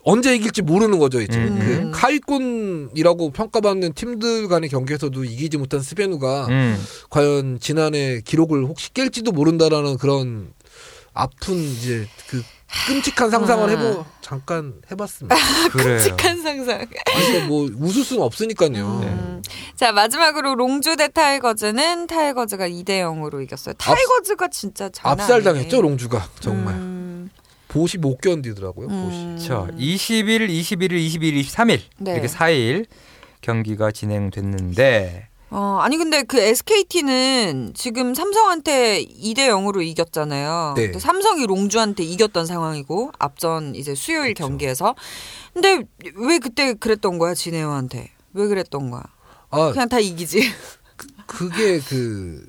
S3: 언제 이길지 모르는 거죠 이제
S1: 음.
S3: 그 하위권이라고 평가받는 팀들 간의 경기에서도 이기지 못한 스베누가
S1: 음.
S3: 과연 지난해 기록을 혹시 깰지도 모른다라는 그런 아픈 이제 그 끔찍한
S2: 아.
S3: 상상을 해보 잠깐 해봤습니다.
S1: 그래요.
S2: 끔찍한 상상.
S3: 이게 뭐 웃을 수는 없으니까요.
S2: 음.
S3: 네.
S2: 자 마지막으로 롱주 대 타이거즈는 타이거즈가 2대 0으로 이겼어요. 타이거즈가 진짜 장난
S3: 압살
S2: 아니네.
S3: 당했죠 롱주가 정말
S2: 음,
S3: 보시 못 견디더라고요
S2: 음.
S3: 보시.
S1: 자, 20일, 21일, 22일, 23일
S2: 네.
S1: 이렇게 4일 경기가 진행됐는데
S2: 어, 아니 근데 그 SKT는 지금 삼성한테 2대 0으로 이겼잖아요.
S3: 네.
S2: 근데 삼성이 롱주한테 이겼던 상황이고 앞전 이제 수요일 경기에서 근데 왜 그때 그랬던 거야 진해호한테 왜 그랬던 거야?
S3: 아
S2: 그냥 다 이기지.
S3: 그게 그,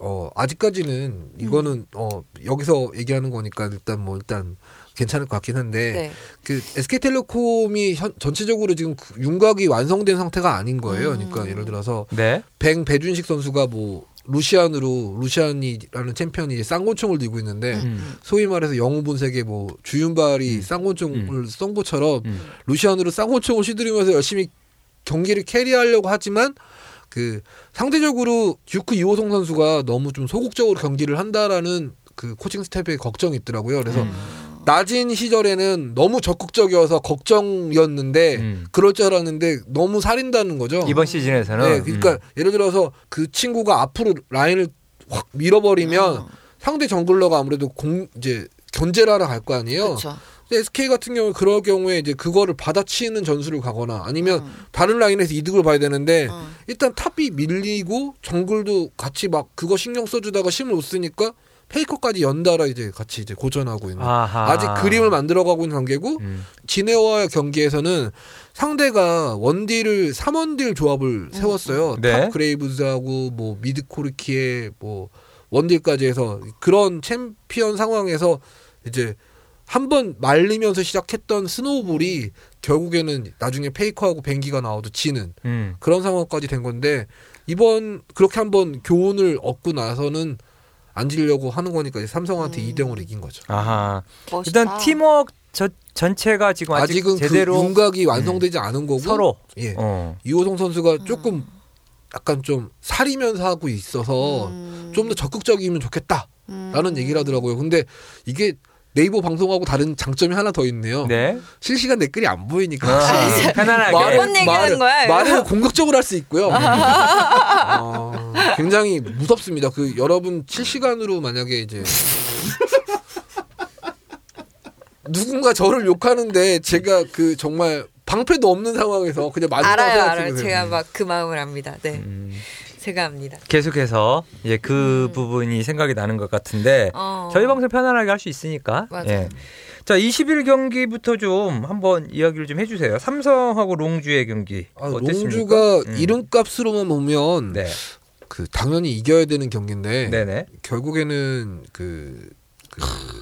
S3: 어,
S2: 음.
S3: 아직까지는 이거는, 어, 여기서 얘기하는 거니까 일단 뭐 일단 괜찮을 것 같긴 한데,
S2: 네.
S3: 그 SK텔레콤이 현- 전체적으로 지금 그 윤곽이 완성된 상태가 아닌 거예요.
S2: 음.
S3: 그러니까 예를 들어서
S1: 네.
S3: 뱅 배준식 선수가 뭐 루시안으로 루시안이라는 챔피언이 이제 쌍권총을 들고 있는데
S1: 음.
S3: 소위 말해서 영웅 본색의 뭐 주윤발이
S1: 음.
S3: 쌍권총을
S1: 음.
S3: 쏜 것처럼
S1: 음.
S3: 루시안으로 쌍권총을 휘두르면서 열심히 경기를 캐리하려고 하지만 그 상대적으로 유크 이호성 선수가 너무 좀 소극적으로 경기를 한다라는 그 코칭 스텝의 걱정이 있더라고요. 그래서
S1: 음.
S3: 낮은 시절에는 너무 적극적이어서 걱정이었는데
S1: 음.
S3: 그럴 줄 알았는데 너무 살인다는 거죠.
S1: 이번 시즌에서는
S3: 어.
S1: 음.
S3: 네, 그러니까 예를 들어서 그 친구가 앞으로 라인을 확 밀어버리면
S1: 아.
S2: 음.
S3: 상대 정글러가 아무래도 공 이제 견제를 하러 갈 거 아니에요.
S2: 그렇죠.
S3: 근데 SK 같은 경우 그럴 경우에 이제 그거를 받아치는 전술을 가거나 아니면 네. 다른 라인에서 이득을 봐야 되는데
S2: 음.
S3: 일단 탑이 밀리고 정글도 같이 막 그거 신경 써주다가 힘을 못 쓰니까 페이커까지 연달아 이제 같이 이제 고전하고 있는
S1: 음. 아하.
S3: 아. 직 그림을 만들어가고 있는 관계고
S1: 음.
S3: 진에와의 경기에서는 상대가 원딜을 3원딜 조합을 세웠어요.
S1: 네.
S3: 탑 그레이브즈하고 뭐 미드 코르키에 뭐 원딜까지 해서 그런 챔피언 상황에서 이제 한 번 말리면서 시작했던 스노우볼이 결국에는 나중에 페이커하고 뱅기가 나와도 지는
S1: 음.
S3: 그런 상황까지 된 건데 이번 그렇게 한번 교훈을 얻고 나서는 안 지려고 하는 거니까 이제 삼성한테
S2: 음.
S3: 2대 0으로 이긴 거죠.
S1: 아하.
S2: 멋있다. 음.
S1: 일단 팀워크 저, 전체가 지금 아직
S3: 아직은 그
S1: 제대로 네.
S3: 윤곽이 완성되지 않은 거고
S1: 서로
S3: 예.
S1: 어.
S3: 이호성 선수가
S2: 음.
S3: 조금 약간 좀 사리면서 하고 있어서
S2: 음.
S3: 좀 더 적극적이면 좋겠다라는
S2: 음.
S3: 얘기를 하더라고요. 근데 이게 네이버 방송하고 다른 장점이 하나 더 있네요.
S1: 네.
S3: 실시간 댓글이 안 보이니까 확실히
S1: 아, 편안하게.
S2: 말은- 어떤 뭐 얘기하는 거야, 이거?
S3: 말을 공격적으로 할 수 있고요.
S2: [LAUGHS]
S3: 어, 굉장히 무섭습니다. 그 여러분 실시간으로 만약에 이제 누군가 저를 욕하는데 제가 그 정말 방패도 없는 상황에서 그냥 맞는
S2: 알아요 알아요. 제가 막 그 마음을 압니다. 네,
S1: 음.
S2: 제가 압니다.
S1: 계속해서 이제 그 부분이 생각이 나는 것 같은데
S2: 어.
S1: 저희 방송 편안하게 할 수 있으니까. 예.
S2: 맞아요.
S1: 자, 20일 경기부터 좀 한번 이야기를 좀 해주세요. 삼성하고 롱주의 경기
S3: 아,
S1: 어땠습니까?
S3: 롱주가
S1: 음.
S3: 이름값으로만 보면
S1: 네.
S3: 그 당연히 이겨야 되는 경기인데
S1: 네네.
S3: 결국에는 그, 그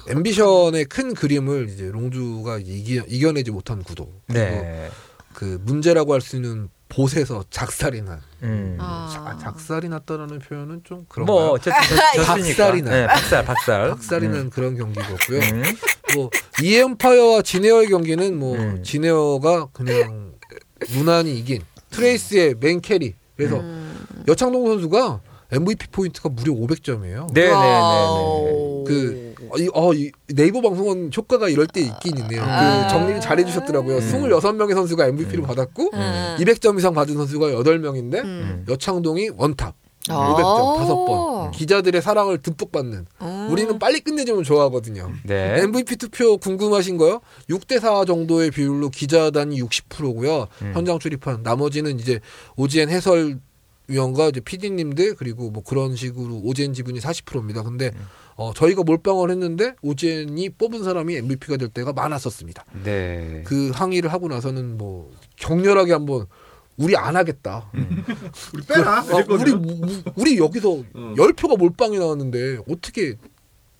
S3: 앰비션의 큰 그림을 이제 롱주가 이기, 이겨내지 못한 구도 그리고
S1: 네.
S3: 그 문제라고 할 수 있는 보세서 작살이 난
S1: 음.
S2: 아.
S3: 자- 작살이 났다라는 표현은 좀 그런가요?
S1: 뭐 어쨌든 졌- 졌으니까.
S3: [LAUGHS] 박살이나.
S1: 네, 박살, 박살.
S3: 작살이 난 그런 경기였고요.
S1: 음. 음.
S3: 뭐 이엠파이어와 지네어의 경기는 뭐
S1: 음.
S3: 지네어가 그냥 무난히 이긴 트레이스의 맨 캐리
S2: 음.
S3: 그래서 여창동 선수가 MVP 포인트가 무려 500점이에요.
S1: 네, 네, 네, 네.
S2: 와우.
S3: 그 이, 어, 이 네이버 방송은 효과가 이럴 때 있긴 있네요.
S2: 아.
S3: 그 정리를 잘 해주셨더라고요.
S1: 음.
S3: 26명의 선수가 MVP를 받았고
S2: 음.
S3: 200점 이상 받은 선수가 8명인데
S2: 음.
S3: 여창동이 원탑
S2: 아.
S3: 500점 5번 기자들의 사랑을 듬뿍 받는
S2: 음.
S3: 우리는 빨리 끝내주면 좋아하거든요.
S1: 네.
S3: MVP 투표 궁금하신 거요? 6대4 정도의 비율로 기자단이 60%고요.
S1: 음.
S3: 현장 출입한 나머지는 이제 오지엔 해설 위원과 이제 PD님들 그리고 뭐 그런 식으로 오지엔 지분이 40%입니다. 근데
S1: 음.
S3: 어, 저희가 몰빵을 했는데 오지엔이 뽑은 사람이 MVP가 될 때가 많았었습니다.
S1: 네.
S3: 그 항의를 하고 나서는 뭐 격렬하게 한번 우리 안 하겠다.
S4: 우리 빼라.
S3: 어, 우리 우- 우리 여기서
S4: 음.
S3: 열 표가 몰빵이 나왔는데 어떻게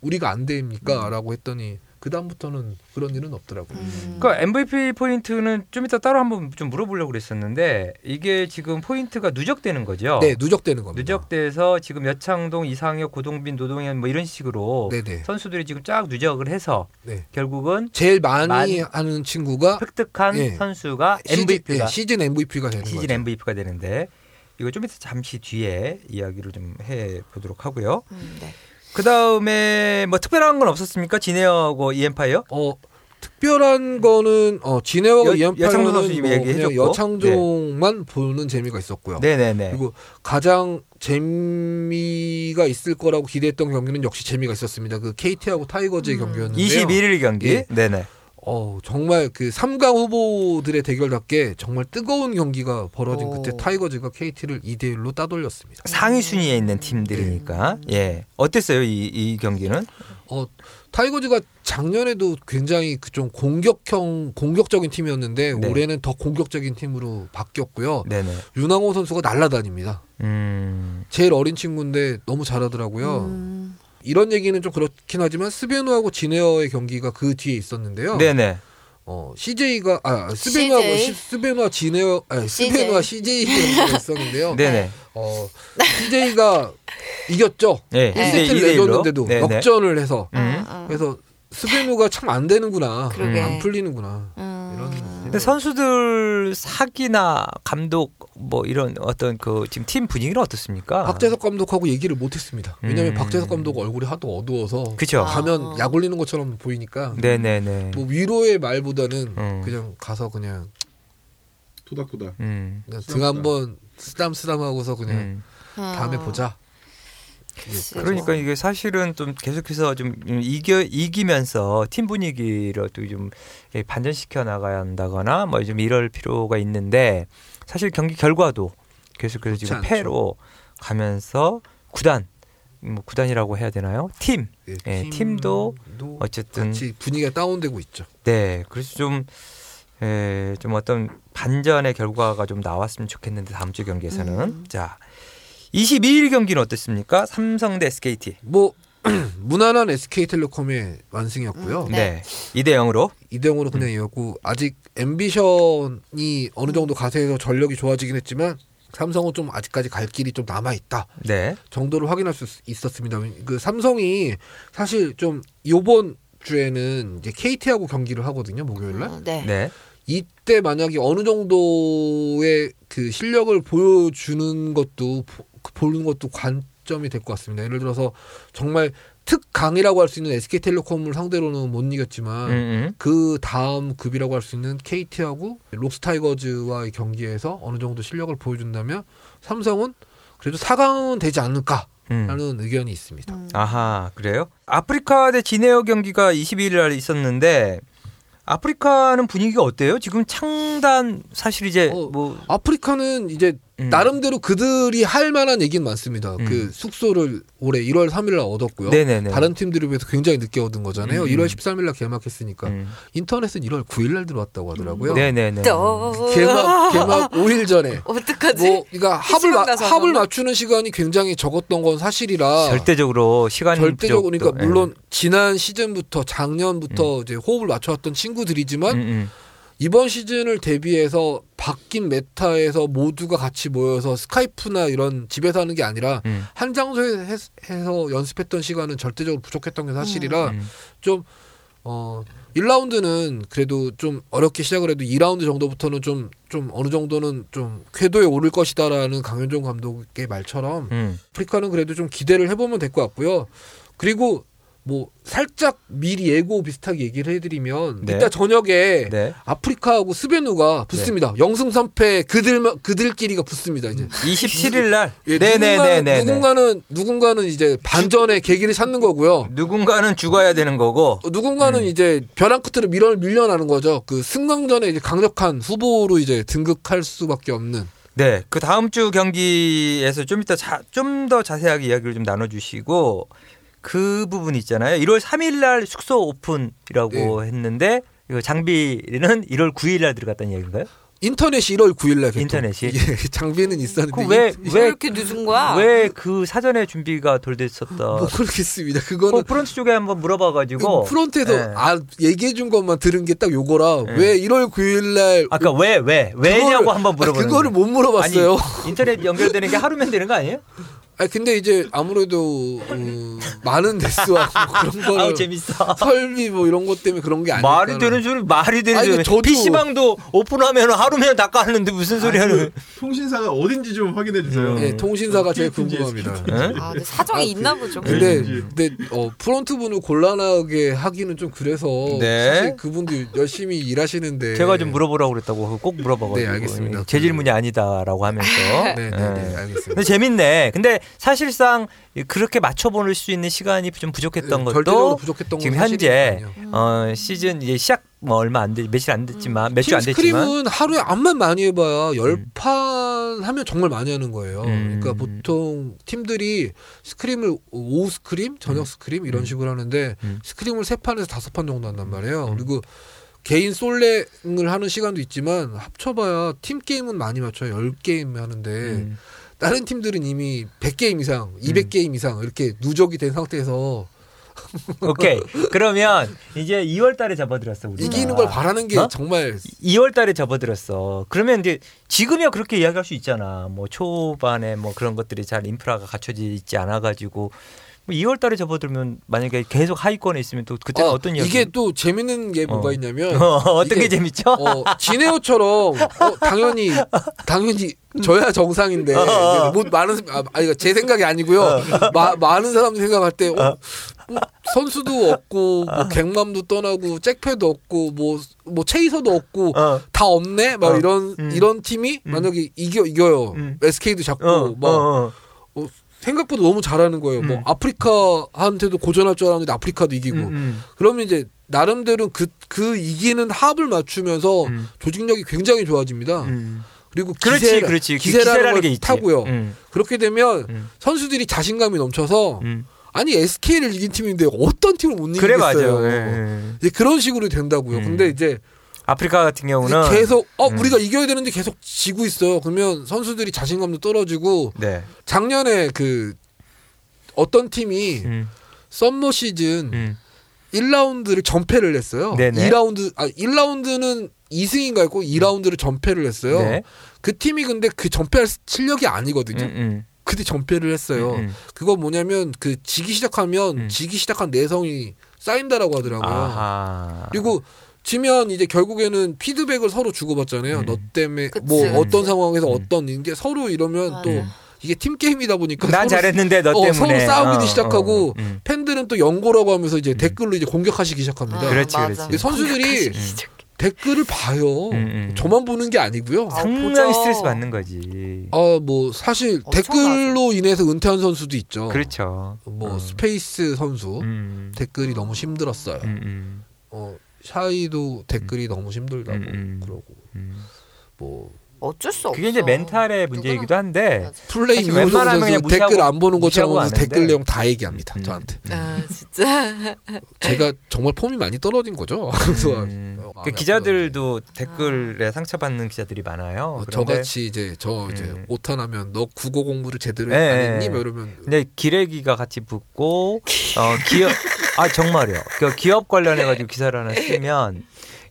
S3: 우리가 안 됩니까?라고 했더니 그 다음부터는 그런 일은 없더라고요.
S2: 음.
S1: 그러니까 MVP 포인트는 좀 이따 따로 한번 좀 물어보려고 그랬었는데 이게 지금 포인트가 누적되는 거죠.
S3: 네 누적되는 겁니다.
S1: 누적돼서 지금 여창동, 이상혁, 고동빈, 노동현 뭐 이런 식으로
S3: 네네.
S1: 선수들이 지금 쫙 누적을 해서
S3: 네.
S1: 결국은
S3: 제일 많이,
S1: 많이
S3: 하는 친구가
S1: 획득한
S3: 예.
S1: 선수가
S3: 시즌,
S1: MVP가
S3: 예, 시즌 MVP가 되는
S1: 시즌
S3: 거죠.
S1: MVP가 되는데 이거 좀 이따 잠시 뒤에 이야기를 좀 해 보도록 하고요.
S2: 음, 네.
S1: 그 다음에 뭐 특별한 건 없었습니까? 지네어하고 이엠파이어?
S3: 어 특별한 거는 어 진해와
S1: 여- 여창동 선수
S3: 이연파는
S1: 이미
S3: 뭐
S1: 얘기해줬고.
S3: 여창종만 보는 재미가 있었고요.
S1: 네네네.
S3: 그리고 가장 재미가 있을 거라고 기대했던 경기는 역시 재미가 있었습니다. 그 KT하고 타이거즈의
S2: 음.
S3: 경기였는데요.
S1: 21일 경기.
S3: 예.
S1: 네네.
S3: 어, 정말 그 3강 후보들의 대결답게 정말 뜨거운 경기가 벌어진
S2: 오.
S3: 그때 타이거즈가 KT를 2대 1로 따돌렸습니다.
S1: 상위 순위에
S3: 음.
S1: 있는 팀들이니까. 예. 어땠어요 이, 이 경기는?
S3: 어, 타이거즈가 작년에도 굉장히 그 좀 공격형 공격적인 팀이었는데
S1: 네.
S3: 올해는 더 공격적인 팀으로 바뀌었고요.
S1: 네네.
S3: 윤항호 선수가 날아다닙니다.
S1: 음.
S3: 제일 어린 친구인데 너무 잘하더라고요.
S2: 음.
S3: 이런 얘기는 좀 그렇긴 하지만 스베누하고 지네어의 경기가 그 뒤에 있었는데요.
S1: 네네.
S3: 어, CJ가 아 스베누하고
S5: CJ.
S3: 시- 스베누와 지네어 아니, 스베누와 CJ 경기가 있었는데요.
S1: 네네.
S3: 어, CJ가 이겼죠.
S1: 예.
S3: 1세트를 내줬는데도
S1: 네,
S3: 역전을 해서
S2: 아,
S1: 음.
S5: 어, 어.
S3: 그래서 스베누가 참 안 되는구나.
S5: 그러게.
S3: 안 풀리는구나.
S5: 음.
S3: 이런
S1: 근데 선수들 사기나 감독 뭐 이런 어떤 그 지금 팀 분위기는 어떻습니까?
S3: 박재석 감독하고 얘기를 못 했습니다.
S1: 음.
S3: 왜냐면 박재석 감독 얼굴이 하도 어두워서
S1: 그쵸.
S2: 아.
S3: 가면 약 올리는 것처럼 보이니까
S1: 네네네.
S3: 뭐 위로의 말보다는
S1: 음.
S3: 그냥 가서 그냥,
S4: 토닥토닥.
S1: 음.
S3: 그냥 등
S4: 쓰담쓰담.
S3: 한번 쓰담쓰담 하고서 그냥
S1: 음.
S2: 아.
S3: 다음에
S5: 어.
S3: 보자. 어,
S5: 그치.
S1: 그러니까 이게 사실은 좀 계속해서 좀 이겨 이기면서 팀 분위기를 또좀 예, 반전시켜 나가야 한다거나 뭐 좀 이럴 필요가 있는데 사실 경기 결과도 계속해서
S3: 좋지
S1: 지금
S3: 않죠.
S1: 패로 가면서 구단 뭐 구단이라고 해야 되나요? 팀
S3: 예,
S1: 예, 팀도 어쨌든
S3: 같이 분위기가 다운되고 있죠.
S1: 네 그래서 좀 에, 좀 어떤 반전의 결과가 좀 나왔으면 좋겠는데 다음 주 경기에서는 자 22일 경기는 어땠습니까? 삼성 대 SKT
S3: 뭐 [CLEARS THROAT] 무난한 SK텔레콤의 완승이었고요.
S5: 음,
S1: 네. 이 2대 0으로.
S3: 이대형으로
S1: 음.
S3: 그냥 이었고 아직 앰비션이 어느 정도 가세해서 전력이 좋아지긴 했지만 삼성은 좀 아직까지 갈 길이 좀 남아 있다
S1: 네.
S3: 정도를 확인할 수 있- 있었습니다. 그 삼성이 사실 좀 요번 주에는 이제 KT하고 경기를 하거든요 목요일 날.
S5: 어, 네.
S1: 네.
S3: 이때 만약에 어느 정도의 그 실력을 보여주는 것도 보- 보는 것도 관점이 될 것 같습니다. 예를 들어서 정말 특강이라고 할 수 있는 SK텔레콤을 상대로는 못 이겼지만
S1: 음, 음.
S3: 그 다음 급이라고 할 수 있는 KT하고 록스타이거즈와의 경기에서 어느 정도 실력을 보여준다면 삼성은 그래도 4강은 되지 않을까라는
S1: 음.
S3: 의견이 있습니다.
S1: 아하, 그래요? 아프리카 대 지네어 경기가 22일 날 있었는데 아프리카는 분위기가 어때요? 지금 창단 사실 이제
S3: 어,
S1: 뭐
S3: 아프리카는 이제
S1: 음.
S3: 나름대로 그들이 할 만한 얘기는 많습니다.
S1: 음.
S3: 그 숙소를 올해 1월 3일 날 얻었고요.
S1: 네네네.
S3: 다른 팀들에 비해서 굉장히 늦게 얻은 거잖아요.
S1: 음.
S3: 1월 13일 날 개막했으니까.
S1: 음.
S3: 인터넷은 1월 9일 날 들어왔다고 하더라고요.
S1: 네네네.
S2: 또 음.
S3: 개막
S2: [LAUGHS]
S3: 개막 5일 전에
S2: 어떡하지?
S3: 뭐 그러니까 합을 마-
S2: 가서
S3: 합을
S2: 하나?
S3: 맞추는 시간이 굉장히 적었던 건 사실이라
S1: 절대적으로 예. 시간
S3: 절대적으로 그러니까
S1: 네.
S3: 물론 지난 시즌부터 작년부터
S1: 음.
S3: 이제 호흡을 맞춰왔던 친구들이지만 이번 시즌을 대비해서 바뀐 메타에서 모두가 같이 모여서 스카이프나 이런 집에서 하는 게
S1: 음.
S3: 아니라 한 장소에서 해- 해서 연습했던 시간은 절대적으로 부족했던 게
S1: 음,
S3: 사실이라 좀 어. 1라운드는 그래도 좀 어렵게 시작을 해도 2라운드 정도부터는 좀 좀 어느 정도는 좀 궤도에 오를 것이다라는 강현종 감독의 말처럼
S1: 음.
S3: 아프리카는 그래도 좀 기대를 해보면 될 것 같고요. 그리고 뭐 살짝 미리 예고 비슷하게 얘기를 해드리면
S1: 네.
S3: 이따 저녁에
S1: 네.
S3: 아프리카하고 스베누가 붙습니다. 영승 삼패 그들 그들끼리가 붙습니다. 이제
S1: 27일 날.
S3: 예,
S1: 음. 네네네네. 네
S3: 누군가, 는 누군가는 이제 반전의 계기를 찾는 거고요.
S1: 누군가는 죽어야 되는 거고.
S3: 어,
S1: 음.
S3: 누군가는 이제 벼랑 끝으로 밀어 밀려나는 거죠. 그 승강전에 이제 강력한 후보로 이제 등극할 수밖에 없는
S1: 네. 그 다음 주 경기에서 좀 이따 좀 더 자세하게 이야기를 좀 나눠 주시고 그 부분 있잖아요. 1월 3일 날 숙소
S3: 네.
S1: 오픈이라고 했는데 이거 장비는 1월 9일 날 들어갔다는 얘기인가요?
S3: 인터넷이 1월 9일 날 개통.
S1: 인터넷이?
S3: [LAUGHS] 예, 장비는 있었는데
S1: 그 왜
S2: 왜
S1: 왜
S2: 이렇게 늦은
S3: 아,
S2: 거야?
S1: 왜 그 사전에 준비가 덜 됐었다.
S3: 모르겠습니다.
S1: 그
S3: 뭐 그거는
S1: 프런트 쪽에 한번 물어봐가지고
S3: 그 프론트에서
S1: 예.
S3: 아 얘기해 준 것만 들은 게 딱 요거라
S1: 예.
S3: 왜 1월 9일 날 아,
S1: 아까 왜 왜 왜냐고 한번 물어보는
S3: 그거를 못 물어봤어요. [LAUGHS] 아니,
S1: 아니, 인터넷 연결되는 게 하루면 되는 거 아니에요?
S3: 근데 이제 아무래도 음, 많은 데스와 뭐 그런
S1: 아우
S3: 걸
S1: 재밌어.
S3: 설비 뭐 이런 것 때문에 그런 게 예, 아니까
S1: 말이 되는 소리 말이 되는
S3: 아니,
S1: 소리.
S3: 근데 저도-
S1: PC방도 오픈하면 하루면 다 까는데 무슨 소리
S3: 그-
S1: 하는
S4: 그 통신사가 어딘지 좀 확인해 주세요.
S1: 음.
S3: 예, 통신사가 제일
S4: TNT 인지
S3: 궁금합니다.
S4: SKT 인지.
S1: 예?
S2: 아, 근데
S3: 아,
S2: 사정이
S3: 그-
S2: 있나 보죠.
S1: 네.
S3: 근데
S4: 예.
S3: 근데 어, 프론트 분을 곤란하게 하기는 좀 그래서
S1: 네.
S3: 사실 그분도 열심히 일하시는데
S1: 제가 좀 물어보라고 그랬다고 꼭 물어봐가지고
S3: 네, 알겠습니다.
S1: 제 질문이 아니다라고 하면서
S3: [LAUGHS] 네, 네,
S1: 예.
S3: 네, 알겠습니다.
S1: 근데 재밌네. 근데 사실상 그렇게 맞춰볼 수 있는 시간이 좀 부족했던 것도
S3: 네, 절대적으로 부족했던
S1: 지금
S3: 건
S1: 현재
S3: 사실이거든요.
S1: 어, 시즌 이제 시작 뭐 얼마 안 돼, 며칠 안 됐지만 몇 주 안 됐지만
S3: 킹스크림은 하루에 암만 많이 해봐야 열 판 하면 정말 많이 하는 거예요.
S1: 음.
S3: 그러니까 보통 팀들이 스크림을 오후 스크림, 저녁 스크림 이런 식으로 하는데
S1: 음.
S3: 스크림을 세 판에서 다섯 판 정도 한단 말이에요. 그리고 개인 솔랭을 하는 시간도 있지만 합쳐봐야 팀 게임은 많이 맞춰요. 열 게임 하는데
S1: 음.
S3: 다른 팀들은 이미 100게임 이상, 200게임 이상 이렇게 누적이 된 상태에서 네.
S1: 오케이. 그러면 이제 2월 달에 접어들었어, 우리가.
S3: 이기는 걸 바라는 게
S1: 어?
S3: 정말
S1: 2월 달에 접어들었어. 그러면 이제 지금이야 그렇게 이야기할 수 있잖아. 뭐 초반에 뭐 그런 것들이 잘 인프라가 갖춰져 있지 않아 가지고 뭐 2월 달에 접어들면 만약에 계속 하위권에 있으면 또 그때
S3: 아,
S1: 는 어떤 이야기
S3: 이게 또 재밌는 게 뭐가
S1: 어.
S3: 있냐면
S1: [LAUGHS] 어, 어떤 게
S3: 이게-
S1: 재밌죠?
S3: 어, 지네오처럼 어, 당연히 당연히 저야 정상인데
S1: 어.
S3: 뭐 많은 아, 아니 제 생각이 아니고요 마- 많은 사람들이 생각할 때 어, 뭐 선수도 없고 뭐
S1: 어.
S3: 갱맘도 떠나고 잭패도 없고 뭐 뭐 체이서도 없고
S1: 어.
S3: 다 없네 막
S1: 어.
S3: 이런
S1: 음.
S3: 이런 팀이
S1: 음.
S3: 만약에 이겨 이겨요
S1: 음.
S3: SK도 잡고
S1: 어,
S3: 막
S1: 어, 어.
S3: 어, 생각보다 너무 잘하는 거예요 뭐
S1: 음.
S3: 아프리카한테도 고전할 줄 알았는데 아프리카도 이기고
S1: 음, 음.
S3: 그러면 이제 나름대로 그, 그 이기는 합을 맞추면서
S1: 음.
S3: 조직력이 굉장히 좋아집니다.
S1: 음.
S3: 그리고 어. 기세,
S1: 그렇지, 그렇지. 그
S3: 기세라는 걸
S1: 있지.
S3: 타고요.
S1: 음,
S3: 그렇게 되면
S1: 음.
S3: 선수들이 자신감이 넘쳐서
S1: 음.
S3: 아니 SK를 이긴 팀인데 어떤 팀을 못
S1: 그래
S3: 이기겠어요.
S1: 맞아요. 예, 예.
S3: 이제 그런 식으로 된다고요.
S1: 음.
S3: 근데 이제
S1: 아프리카 같은 경우는
S3: 계속 어
S1: 음.
S3: 우리가 이겨야 되는데 계속 지고 있어요. 그러면 선수들이 자신감도 떨어지고
S1: 네.
S3: 작년에 그 어떤 팀이
S1: 음,
S3: 썸머 시즌
S1: 음.
S3: 1라운드를 전패를 했어요.
S1: 네네.
S3: 2라운드 아 1라운드는 2승인가 했고 2라운드를 전패를 했어요.
S1: 네.
S3: 그 팀이 근데 그 전패할 실력이 아니거든요.
S1: 음, 음.
S3: 근데 전패를 했어요.
S1: 음, 음.
S3: 그거 뭐냐면 그 지기 시작하면
S1: 음.
S3: 지기 시작한 내성이 쌓인다라고 하더라고요.
S1: 아하.
S3: 그리고 지면 이제 결국에는 피드백을 서로 주고받잖아요.
S1: 음.
S3: 너 때문에
S2: 그치,
S3: 뭐
S2: 그치.
S3: 어떤 상황에서
S1: 음.
S3: 어떤 이게 서로 이러면
S2: 맞아.
S3: 또 이게 팀 게임이다 보니까
S1: 난
S3: 그 서로
S1: 잘했는데 너
S3: 어,
S1: 때문에
S3: 서로 싸우기도
S1: 어,
S3: 시작하고
S1: 어, 음.
S3: 팬들은 또 연고라고 하면서 이제 댓글로 이제 공격하시기 시작합니다.
S5: 네.
S2: 아,
S1: 그렇지,
S2: 맞아.
S1: 그렇지.
S3: 근데 선수들이 댓글을 봐요.
S1: 음, 음.
S3: 저만 보는 게 아니고요.
S1: 상당히
S2: 보자.
S1: 스트레스 받는 거지.
S3: 아, 뭐 사실
S2: 엄청나죠.
S3: 댓글로 인해서 은퇴한 선수도 있죠.
S1: 그렇죠.
S3: 뭐
S1: 어.
S3: 스페이스 선수
S1: 음.
S3: 댓글이 너무 힘들었어요.
S1: 음, 음,
S3: 어, 샤이도 댓글이 너무 힘들다고
S1: 음, 음.
S3: 그러고
S1: 음.
S3: 뭐
S5: 어쩔 수 없어.
S1: 그게 이제 멘탈의 문제이기도 한데
S5: 맞아.
S3: 플레이
S1: 사실
S3: 이후로
S1: 웬만하면
S3: 선수
S1: 그냥 무시하고-
S3: 댓글 안 보는 것처럼
S1: 무시하고
S3: 하면서 댓글
S1: 아는데.
S3: 내용 다 얘기합니다
S1: 음.
S3: 저한테
S2: 아
S3: [LAUGHS]
S2: 진짜.
S3: 제가 정말 폼이 많이 떨어진 거죠 [LAUGHS]
S5: 네,
S3: 그래서
S1: 음,
S3: 어,
S1: 그
S3: 마음이
S1: 기자들도 댓글에 상처받는 기자들이 많아요.
S3: 어,
S1: 그런데
S3: 저같이 이제 저 이제
S1: 음.
S3: 오타나면 너 국어 공부를 제대로
S1: 예,
S3: 안 했니?
S1: 예.
S3: 막 이러면
S1: 근데 기레기가 같이 붙고 어, 기업 아 정말요. 그 기업 관련해 가지고 기사를 하나 쓰면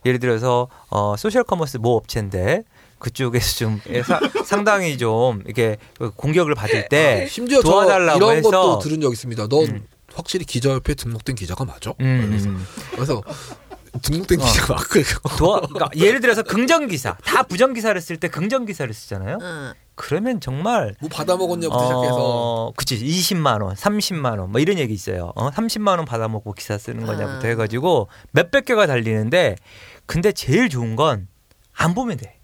S1: 예를 들어서 어, 소셜 커머스 모 업체인데 그쪽에서 좀 예, 사- 상당히 좀 이렇게 공격을 받을 때
S3: 심지어 저
S1: 네. 도와달라고
S3: 이런
S1: 해서-
S3: 것도 들은 적 있습니다. 넌
S1: 음.
S3: 확실히 기자협회 등록된 기자가 맞아?
S1: 음,
S3: 그래서 등록된
S1: 어.
S3: 기자가 맞고
S1: 도와, 그러니까 예를 들어서 긍정 기사 다 부정 기사를 쓸 때 긍정 기사를 쓰잖아요.
S5: 응.
S1: 그러면 정말
S3: 뭐 받아먹었냐부터 시작해서
S1: 어, 그치 20만 원, 30만 원 뭐 이런 얘기 있어요. 어, 30만 원 받아먹고 기사 쓰는 거냐부터
S5: 음.
S1: 해가지고 몇백 개가 달리는데 근데 제일 좋은 건 안 보면 돼.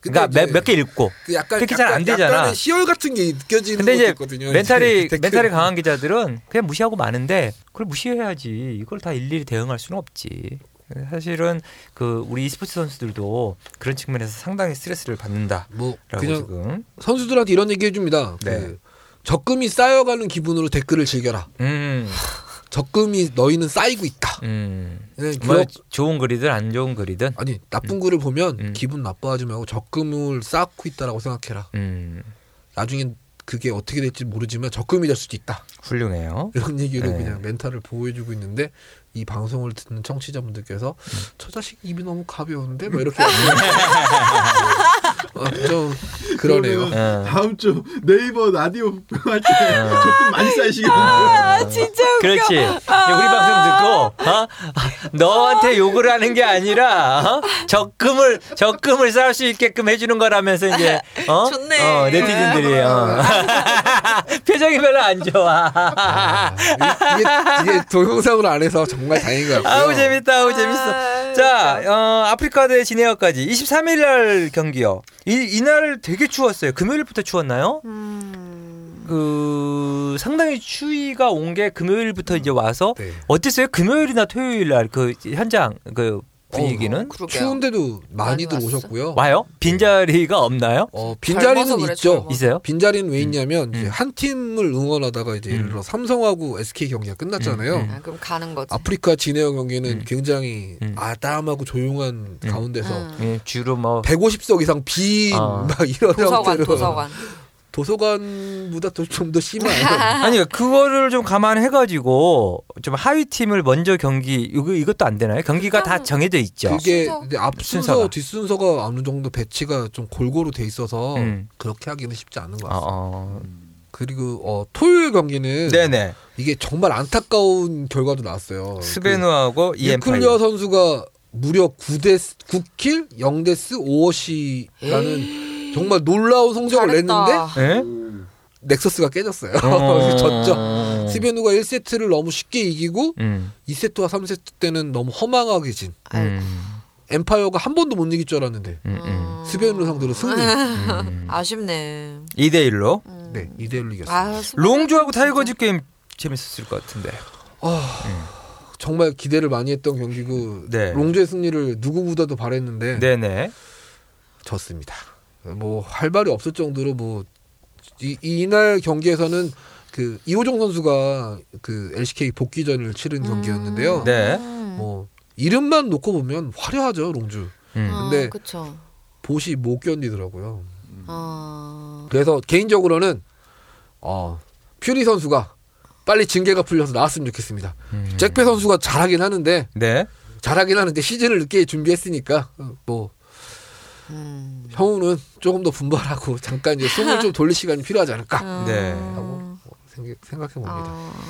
S3: 근데
S1: 그러니까
S3: 이제
S1: 몇 개 읽고.
S3: 그 약간
S1: 그렇게 잘안
S3: 약간-
S1: 되잖아.
S3: 약간의 시열 같은 게 느껴지는
S1: 근데
S3: 것도
S1: 이제
S3: 있거든요.
S1: 멘탈이
S3: 이제 그 댓글.
S1: 멘탈이 강한 기자들은 그냥 무시하고 마는데 그걸 무시해야지 이걸 다 일일이 대응할 수는 없지. 사실은 그 우리 e스포츠 선수들도 그런 측면에서 상당히 스트레스를 받는다라고
S3: 뭐 그냥
S1: 지금.
S3: 선수들한테 이런 얘기 해줍니다.
S1: 네.
S3: 그 적금이 쌓여가는 기분으로 댓글을 즐겨라.
S1: 음,
S3: 적금이 너희는 쌓이고 있다.
S1: 음.
S3: 그냥
S1: 뭐
S3: 그런-
S1: 좋은 글이든 안 좋은 글이든.
S3: 아니 나쁜 글을 보면
S1: 음.
S3: 기분 나빠하지 말고 적금을 쌓고 있다라고 생각해라.
S1: 음.
S3: 나중에 그게 어떻게 될지 모르지만 적금이 될 수도 있다. [LAUGHS]
S1: 훌륭해요.
S3: 이런 얘기로
S1: 네.
S3: 그냥 멘탈을 보호해주고 있는데 이 방송을 듣는 청취자분들께서
S1: 음.
S3: 저 자식 입이 너무 가벼운데 뭐
S1: [LAUGHS]
S3: 이렇게 아, 좀 그러네요.
S4: 그러면은
S1: 어.
S4: 다음 주 네이버 라디오 할때
S1: 아.
S4: 조금 많이 쌓이시겠네요.
S5: 아 진짜
S1: [LAUGHS] 그렇지. 우리
S5: 아.
S1: 방송 듣고 어? 너한테 욕을 하는 게 아니라 어? 적금을 적금을 쌓을 수 있게끔 해주는 거라면서 이제 어?
S5: 좋네.
S1: 어, 네티즌들이 어. [LAUGHS] 표정이 별로 안 좋아.
S3: 이게, 이게 동영상으로 안 해서 정말 다행인 것 같고요.
S1: 아우 재밌다. 아우 재밌어. 자, 어, 아프리카 대 진에어까지 23일 날 경기요. 이 이날 되게 추웠어요. 금요일부터 추웠나요?
S5: 음.
S1: 그 상당히 추위가 온 게 금요일부터 이제 와서
S3: 네.
S1: 어땠어요? 금요일이나 토요일 날 그 현장 그 분위기는
S5: 그러게요.
S3: 추운데도 많이들
S5: 많이 왔어.
S3: 오셨고요.
S1: 와요? 빈자리가 없나요?
S3: 어,
S5: 젊어서
S3: 빈자리는
S5: 그래,
S3: 있죠.
S5: 젊어서.
S1: 있어요?
S3: 빈자리는 왜 있냐면 이제
S1: 음.
S3: 한 팀을 응원하다가 이제 예를 들어 삼성하고 SK 경기가 끝났잖아요.
S1: 음, 음.
S5: 아, 그럼 가는 거지.
S3: 아프리카 진에어 경기는
S1: 음.
S3: 굉장히
S1: 음.
S3: 아담하고 조용한
S1: 음.
S3: 가운데서
S5: 응.
S1: 예, 주로 뭐
S3: 150석 이상 빈
S1: 아.
S3: 막 이런
S5: 도서관
S3: 형태로
S5: 도서관.
S3: 도서관보다 좀
S5: [LAUGHS]
S3: 더 심한
S1: 아니 그러니까 그거를 좀 감안해가지고 좀 하위 팀을 먼저 경기 이거 이것도 안 되나요? 경기가 다 정해져 있죠.
S3: 그게
S5: 순서?
S3: 이제 앞 순서
S1: 순서가.
S3: 뒷 순서가 어느 정도 배치가 좀 골고루 돼 있어서
S1: 음.
S3: 그렇게 하기는 쉽지 않은 것
S1: 어,
S3: 같습니다.
S1: 어.
S3: 그리고 어, 토요일 경기는
S1: 네네.
S3: 이게 정말 안타까운 결과도 나왔어요.
S1: 스베누하고
S3: 그
S1: 이엠파.
S3: 유클리어 선수가 무려 9대 9킬 0데스 5어시라는 정말 놀라운 성적을
S5: 잘했다.
S3: 냈는데
S4: 네?
S1: 예?
S3: 넥서스가 깨졌어요.
S1: [LAUGHS]
S3: [LAUGHS]
S1: 어.
S3: 졌죠. 스베누가 1세트를 너무 쉽게 이기고
S1: 음.
S3: 2세트와 3세트 때는 너무 허망하게 진.
S5: 아이고.
S1: 음.
S3: 엠파이어가 한 번도 못 이길 줄 알았는데
S1: 음. 음.
S3: 스베누 상대로 승리.
S1: 음.
S5: 아쉽네.
S1: 2대 1로
S5: 음.
S3: 네, 2대 1로 이겼어요.
S5: 아,
S1: 롱주하고 타이거즈 게임 재밌었을 것 같은데.
S3: 아, 정말 기대를 많이 했던 경기고
S1: 네.
S3: 롱주의 승리를 누구보다도 바랬는데
S1: 음. 네네.
S3: 졌습니다. 뭐 할 말이 없을 정도로 뭐 이, 이날 경기에서는 그 이호종 선수가 그 LCK 복귀전을
S5: 음.
S3: 치른
S2: 음.
S3: 경기였는데요.
S1: 네.
S3: 뭐 이름만 놓고 보면 화려하죠 롱주.
S1: 음.
S3: 근데- 음.
S5: 근데 아, 그쵸.
S3: 보시 못 견디더라고요.
S5: 어.
S3: 그래서 개인적으로는 어 퓨리 선수가 빨리 징계가 풀려서 나왔으면 좋겠습니다.
S1: 음.
S3: 잭페 선수가 잘하긴 하는데
S1: 네.
S3: 잘하긴 하는데 시즌을 늦게 준비했으니까 어, 뭐
S5: 음.
S3: 형우는 조금 더 분발하고 [LAUGHS] 잠깐 이제 숨을 좀 돌릴 시간이 필요하지
S2: 음.
S3: 않을까
S1: 네.
S5: 음.
S3: 하고 뭐 생각, 해
S2: 아.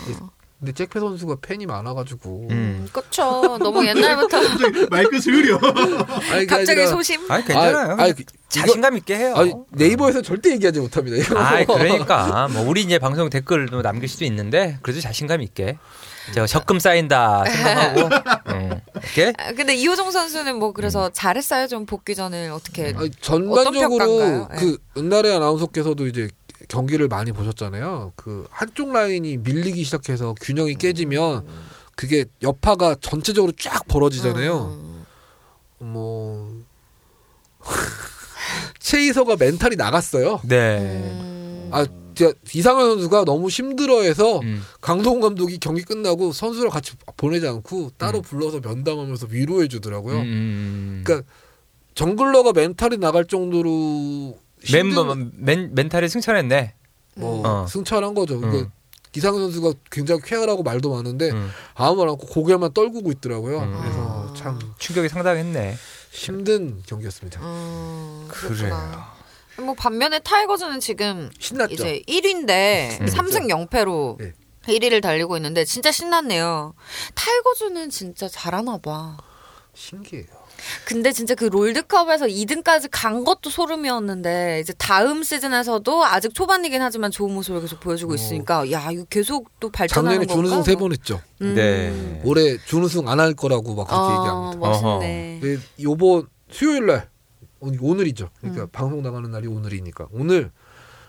S3: 봅니다.
S5: 어.
S3: 근데 잭페 선수가 팬이 많아가지고
S1: 음.
S5: 그쵸. 너무 옛날부터
S4: 갑자기 마이크 스으려.
S3: 아니, [LAUGHS] 그게
S2: 갑자기
S3: 아니라-
S2: 소심.
S1: 아니 괜찮아요.
S3: 아니, 아니,
S1: 그냥
S3: 이거-
S1: 자신감 있게 해요.
S3: 아니, 네이버에서 절대 얘기하지 못합니다. 이런 거.
S1: 아, 그러니까 뭐 우리 이제 방송 댓글도 남길 수도 있는데 그래도 자신감 있게 저 적금 쌓인다
S3: [LAUGHS]
S1: 생각하고 음, 이렇게
S2: 아, 근데 이호정 선수는 뭐 그래서
S3: 음.
S2: 잘했어요. 좀 복귀 전을 어떻게
S3: 아니, 전반적으로
S2: 평가인가요?
S3: 그 은나래 아나운서께서도 이제 경기를 많이 보셨잖아요. 그 한쪽 라인이 밀리기 시작해서 균형이 깨지면 그게 여파가 전체적으로
S2: 음.
S3: 쫙 벌어지잖아요.
S5: 음.
S3: 뭐 [LAUGHS] 최이서가 멘탈이 나갔어요.
S1: 네.
S2: 음.
S3: 아 진짜 이상현 선수가 너무 힘들어해서
S1: 음.
S3: 강동원 감독이 경기 끝나고 선수랑 같이 보내지 않고 따로 불러서 면담하면서 위로해 주더라고요.
S1: 음, 음.
S3: 그러니까 정글러가 멘탈이 나갈 정도로 힘든
S1: 멤버 멘, 멘탈이 승천했네.
S2: 음.
S3: 뭐
S1: 어.
S3: 승천한 거죠. 그러니까
S1: 음.
S3: 이상현 선수가 굉장히 쾌활하고 말도 많은데
S1: 음.
S3: 아무 말 않고 고개만 떨구고 있더라고요.
S1: 음.
S2: 아.
S3: 그래서 참
S1: 충격이 상당했네.
S3: 힘든 경기였습니다.
S2: 어,
S1: 그래요.
S2: 그렇구나. 뭐 반면에 타이거즈는 지금
S3: 신났죠.
S2: 이제 1위인데
S1: 음.
S2: 3승 0패로
S3: 네.
S2: 1위를 달리고 있는데 진짜 신났네요. 타이거즈는 진짜 잘하나 봐.
S3: 신기해요.
S2: 근데 진짜 그 롤드컵에서 2등까지 간 것도 소름이었는데 이제 다음 시즌에서도 아직 초반이긴 하지만 좋은 모습을 계속 보여주고 있으니까 야 이거 계속 또 발전하는
S3: 어. 작년에
S2: 건가?
S3: 준우승 세 번 했죠.
S2: 음.
S1: 네.
S3: 올해 준우승 안 할 거라고 막 그렇게
S2: 어,
S3: 얘기합니다.
S2: 멋있네.
S3: 근데 요번 수요일 날 오늘- 오늘이죠.
S2: 음.
S3: 그러니까 방송 나가는 날이 오늘이니까 오늘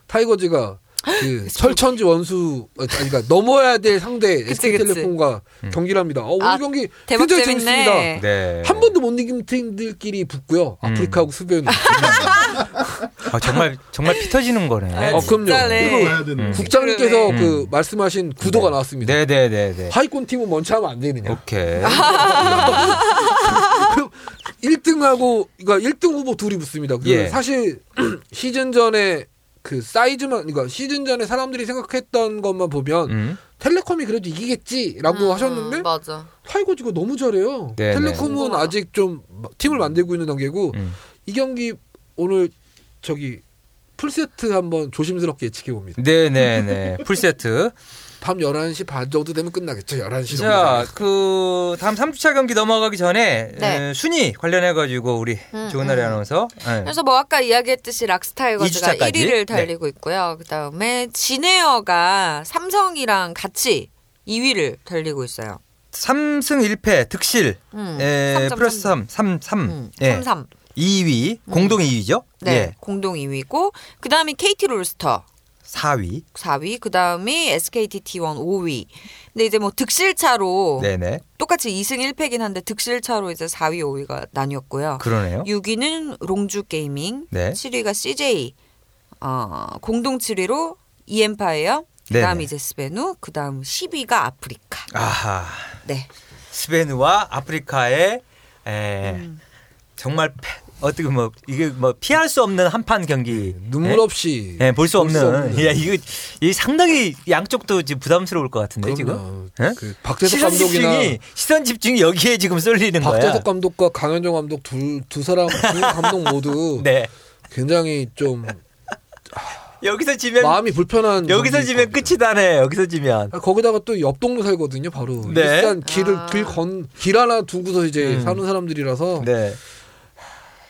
S3: 타이거즈가
S2: [LAUGHS]
S3: 그 설천지 원수 아니 그러니까 넘어야 될 상대
S2: 그치,
S3: SK텔레콤과
S1: 음.
S3: 경기를 합니다. 어, 오늘
S2: 아,
S3: 경기
S2: 대박
S3: 굉장히
S2: 재밌네.
S3: 재밌습니다.
S1: 네.
S3: 한 번도 못 이긴 팀들끼리 붙고요.
S1: 음. 네.
S3: 아프리카하고
S1: [LAUGHS]
S3: 스웨덴.
S1: 아, 정말 정말 피 터지는 거네.
S3: 어, 그럼요.
S6: 진짜네.
S4: 이거 와야 되는
S1: 음.
S4: 거.
S3: 국장님께서
S1: 음.
S3: 그 말씀하신 구도가 나왔습니다.
S1: 네, 어. 네, 네, 네.
S3: 하위권 팀은 먼저 하면 안 [LAUGHS] 되느냐.
S1: 오케이.
S3: 아, 1등하고 그러니까 1등 후보 둘이 붙습니다. 그
S1: 예.
S3: 사실 [CLEARS THROAT] 시즌 전에 그 사이즈만 그러니까 시즌 전에 사람들이 생각했던 것만 보면
S1: 음.
S3: 텔레콤이 그래도 이기겠지라고
S2: 음,
S3: 하셨는데
S2: 맞아.
S3: 타이거즈가 너무 잘해요.
S1: 네,
S3: 텔레콤은
S2: 네.
S3: 아직 좀 팀을 만들고 있는 단계고
S1: 음.
S3: 이 경기 오늘 저기 풀세트 한번 조심스럽게 예측해 봅니다.
S1: 네, 네, 네. 풀 세트.
S3: 밤 11시 반 정도 되면 끝나겠죠. 11시
S1: 자,
S3: 정도.
S1: 그 다음 3주차 경기 넘어가기 전에
S2: 네.
S1: 에, 순위 관련해 가지고 우리
S2: 음,
S1: 조은아리
S2: 음.
S1: 아나운서
S3: 네.
S1: 예.
S2: 그래서 뭐 아까 이야기했듯이 락스타이거즈가
S1: 2주차까지?
S2: 1위를 달리고 있고요. 그다음에 진에어가 삼성이랑 같이 2위를 달리고 있어요.
S1: 3승 1패 득실
S2: 음.
S3: 네.
S1: 에,
S2: 3.3.
S1: 플러스 3 3 3.
S2: 음,
S1: 예.
S2: 33.
S1: 2위 공동 2위죠?
S2: 네.
S1: 예.
S2: 공동 2위고 그다음에 KT 롤스터
S1: 4위.
S2: 4위, 그다음이 SKT T1 5위. 근데 이제 뭐 득실차로
S1: 네, 네.
S2: 똑같이 2승 1패긴 한데 득실차로 이제 4위, 5위가 나뉘었고요.
S1: 그러네요.
S2: 6위는 롱주 게이밍,
S1: 네.
S2: 7위가 CJ, 어, 공동 7위로 이엠파이어, 그다음
S1: 네네.
S2: 이제 스베누, 그다음 10위가 아프리카.
S1: 아하.
S2: 네.
S1: 스베누와 아프리카의 에,
S2: 음.
S1: 정말 패- 어떻게 뭐 이게 뭐 피할 수 없는 한판 경기.
S3: 눈물
S1: 예?
S3: 없이
S1: 예, 볼 수
S3: 볼수
S1: 없는.
S3: 없는.
S1: 야, 이거 이 상당히 양쪽도 지금 부담스러울 것 같은데 지금.
S3: 그럼요.
S1: 예?
S3: 그 박재석
S1: 시선
S3: 감독이나
S1: 집중이 시선 집중이 여기에 지금 쏠리는
S3: 박재석
S1: 거야.
S3: 감독과 강현정 감독 둘 두 사람 두 감독
S1: [LAUGHS]
S3: 모두
S1: 네.
S3: 굉장히 좀
S1: 여기서 지면
S3: 마음이 불편한
S1: 여기서
S3: 점이
S1: 지면
S3: 있거든요.
S1: 끝이다네. 여기서 지면.
S3: 아, 거기다가 또 옆 동네 살거든요 바로
S1: 네.
S3: 일산 길을
S2: 아.
S3: 길 건 길 하나 두고서 이제
S1: 음.
S3: 사는 사람들이라서
S1: 네.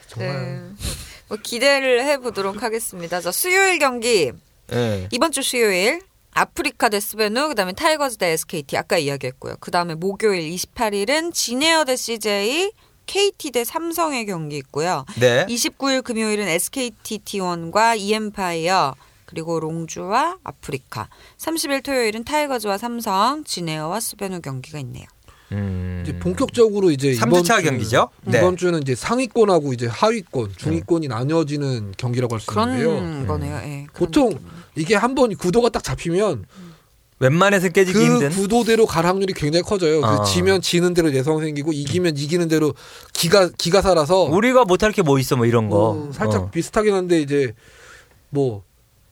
S3: 정말
S2: 네. 뭐 기대를 해 보도록 하겠습니다. 자, 수요일 경기
S1: 예.
S2: 이번 주 수요일 아프리카 대 스베누 그다음에 타이거즈 대 SKT 아까 이야기했고요. 그다음에 목요일 28일은 진에어 대 CJ, KT 대 삼성의 경기 있고요.
S1: 네.
S2: 29일 금요일은 SKT T1과 이엠파이어 그리고 롱주와 아프리카. 30일 토요일은 타이거즈와 삼성, 진에어와 스베누 경기가 있네요.
S1: 음.
S3: 이제 본격적으로 이제
S1: 삼
S3: 이번
S1: 주차
S3: 주-
S1: 경기죠? 네. 음.
S3: 이번 주는 이제 상위권하고 이제 하위권, 중위권이 나뉘어지는 경기라고 할 수
S2: 그런
S3: 있는데요.
S2: 거네요. 예, 그런
S3: 보통
S2: 느낌.
S3: 이게 한 번 구도가 딱 잡히면
S1: 웬만해서 깨지기
S3: 그
S1: 힘든.
S3: 구도대로 갈 확률이 굉장히 커져요. 그
S1: 아.
S3: 지면 지는 대로 내성 생기고 이기면 이기는 대로 기가 기가 살아서
S1: 우리가 못할 게 뭐 있어 뭐 이런 거.
S3: 어, 살짝
S1: 어.
S3: 비슷하긴 한데 이제 뭐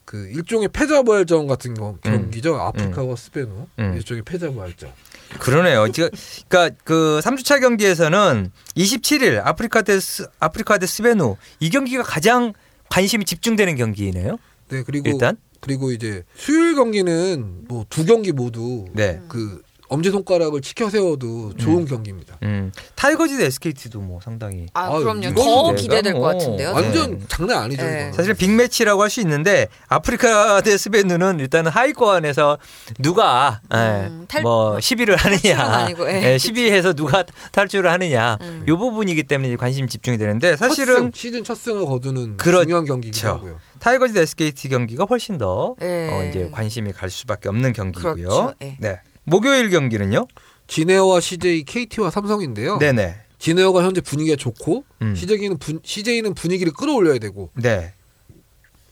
S3: 그 일종의 패자부활전 같은 거 경기죠. 아프리카와 스페누
S1: 음.
S3: 일종의 패자부활전.
S1: 그러네요. 지금 그러니까 그 3주차 경기에서는 27일 아프리카 대 스, 아프리카 대 스베누 이 경기가 가장 관심이 집중되는 경기이네요.
S3: 네 그리고
S1: 일단
S3: 그리고 이제 수요일 경기는 뭐 두 경기 모두
S1: 네.
S3: 그 엄지 손가락을 치켜 세워도 좋은 경기입니다.
S1: 음. 타이거즈 대 SKT도 뭐 상당히
S2: 아,
S3: 아유,
S2: 그럼요.
S3: 이건
S2: 더
S1: 내가
S2: 기대될
S1: 뭐-
S2: 것 같은데요.
S1: 완-
S3: 완전
S1: 네.
S3: 장난 아니죠.
S2: 네.
S3: 이거는.
S1: 사실 빅매치라고 할 수 있는데 아프리카 대 스베누는 일단 하위권에서 누가
S2: 음,
S1: 예,
S2: 탈-
S1: 뭐 시비를 하느냐,
S2: 탈출은 아니고, 예.
S1: 예, 시비해서 누가 탈출을 하느냐
S2: 음.
S1: 이 부분이기 때문에 관심 이 집중이 되는데 사실은
S3: 첫 승, 시즌 첫 승을 거두는
S1: 그렇죠.
S3: 중요한 경기이기도 하고요.
S1: 타이거즈 대 SKT 경기가 훨씬 더
S2: 예.
S1: 어, 이제 관심이 갈 수밖에 없는 경기고요.
S2: 그렇죠. 예.
S1: 네. 목요일 경기는요?
S3: 진에어와 CJ, KT와 삼성인데요.
S1: 네네.
S3: 진에어가 현재 분위기가 좋고
S1: 음.
S3: CJ는 분, CJ는 분위기를 끌어올려야 되고
S1: 네.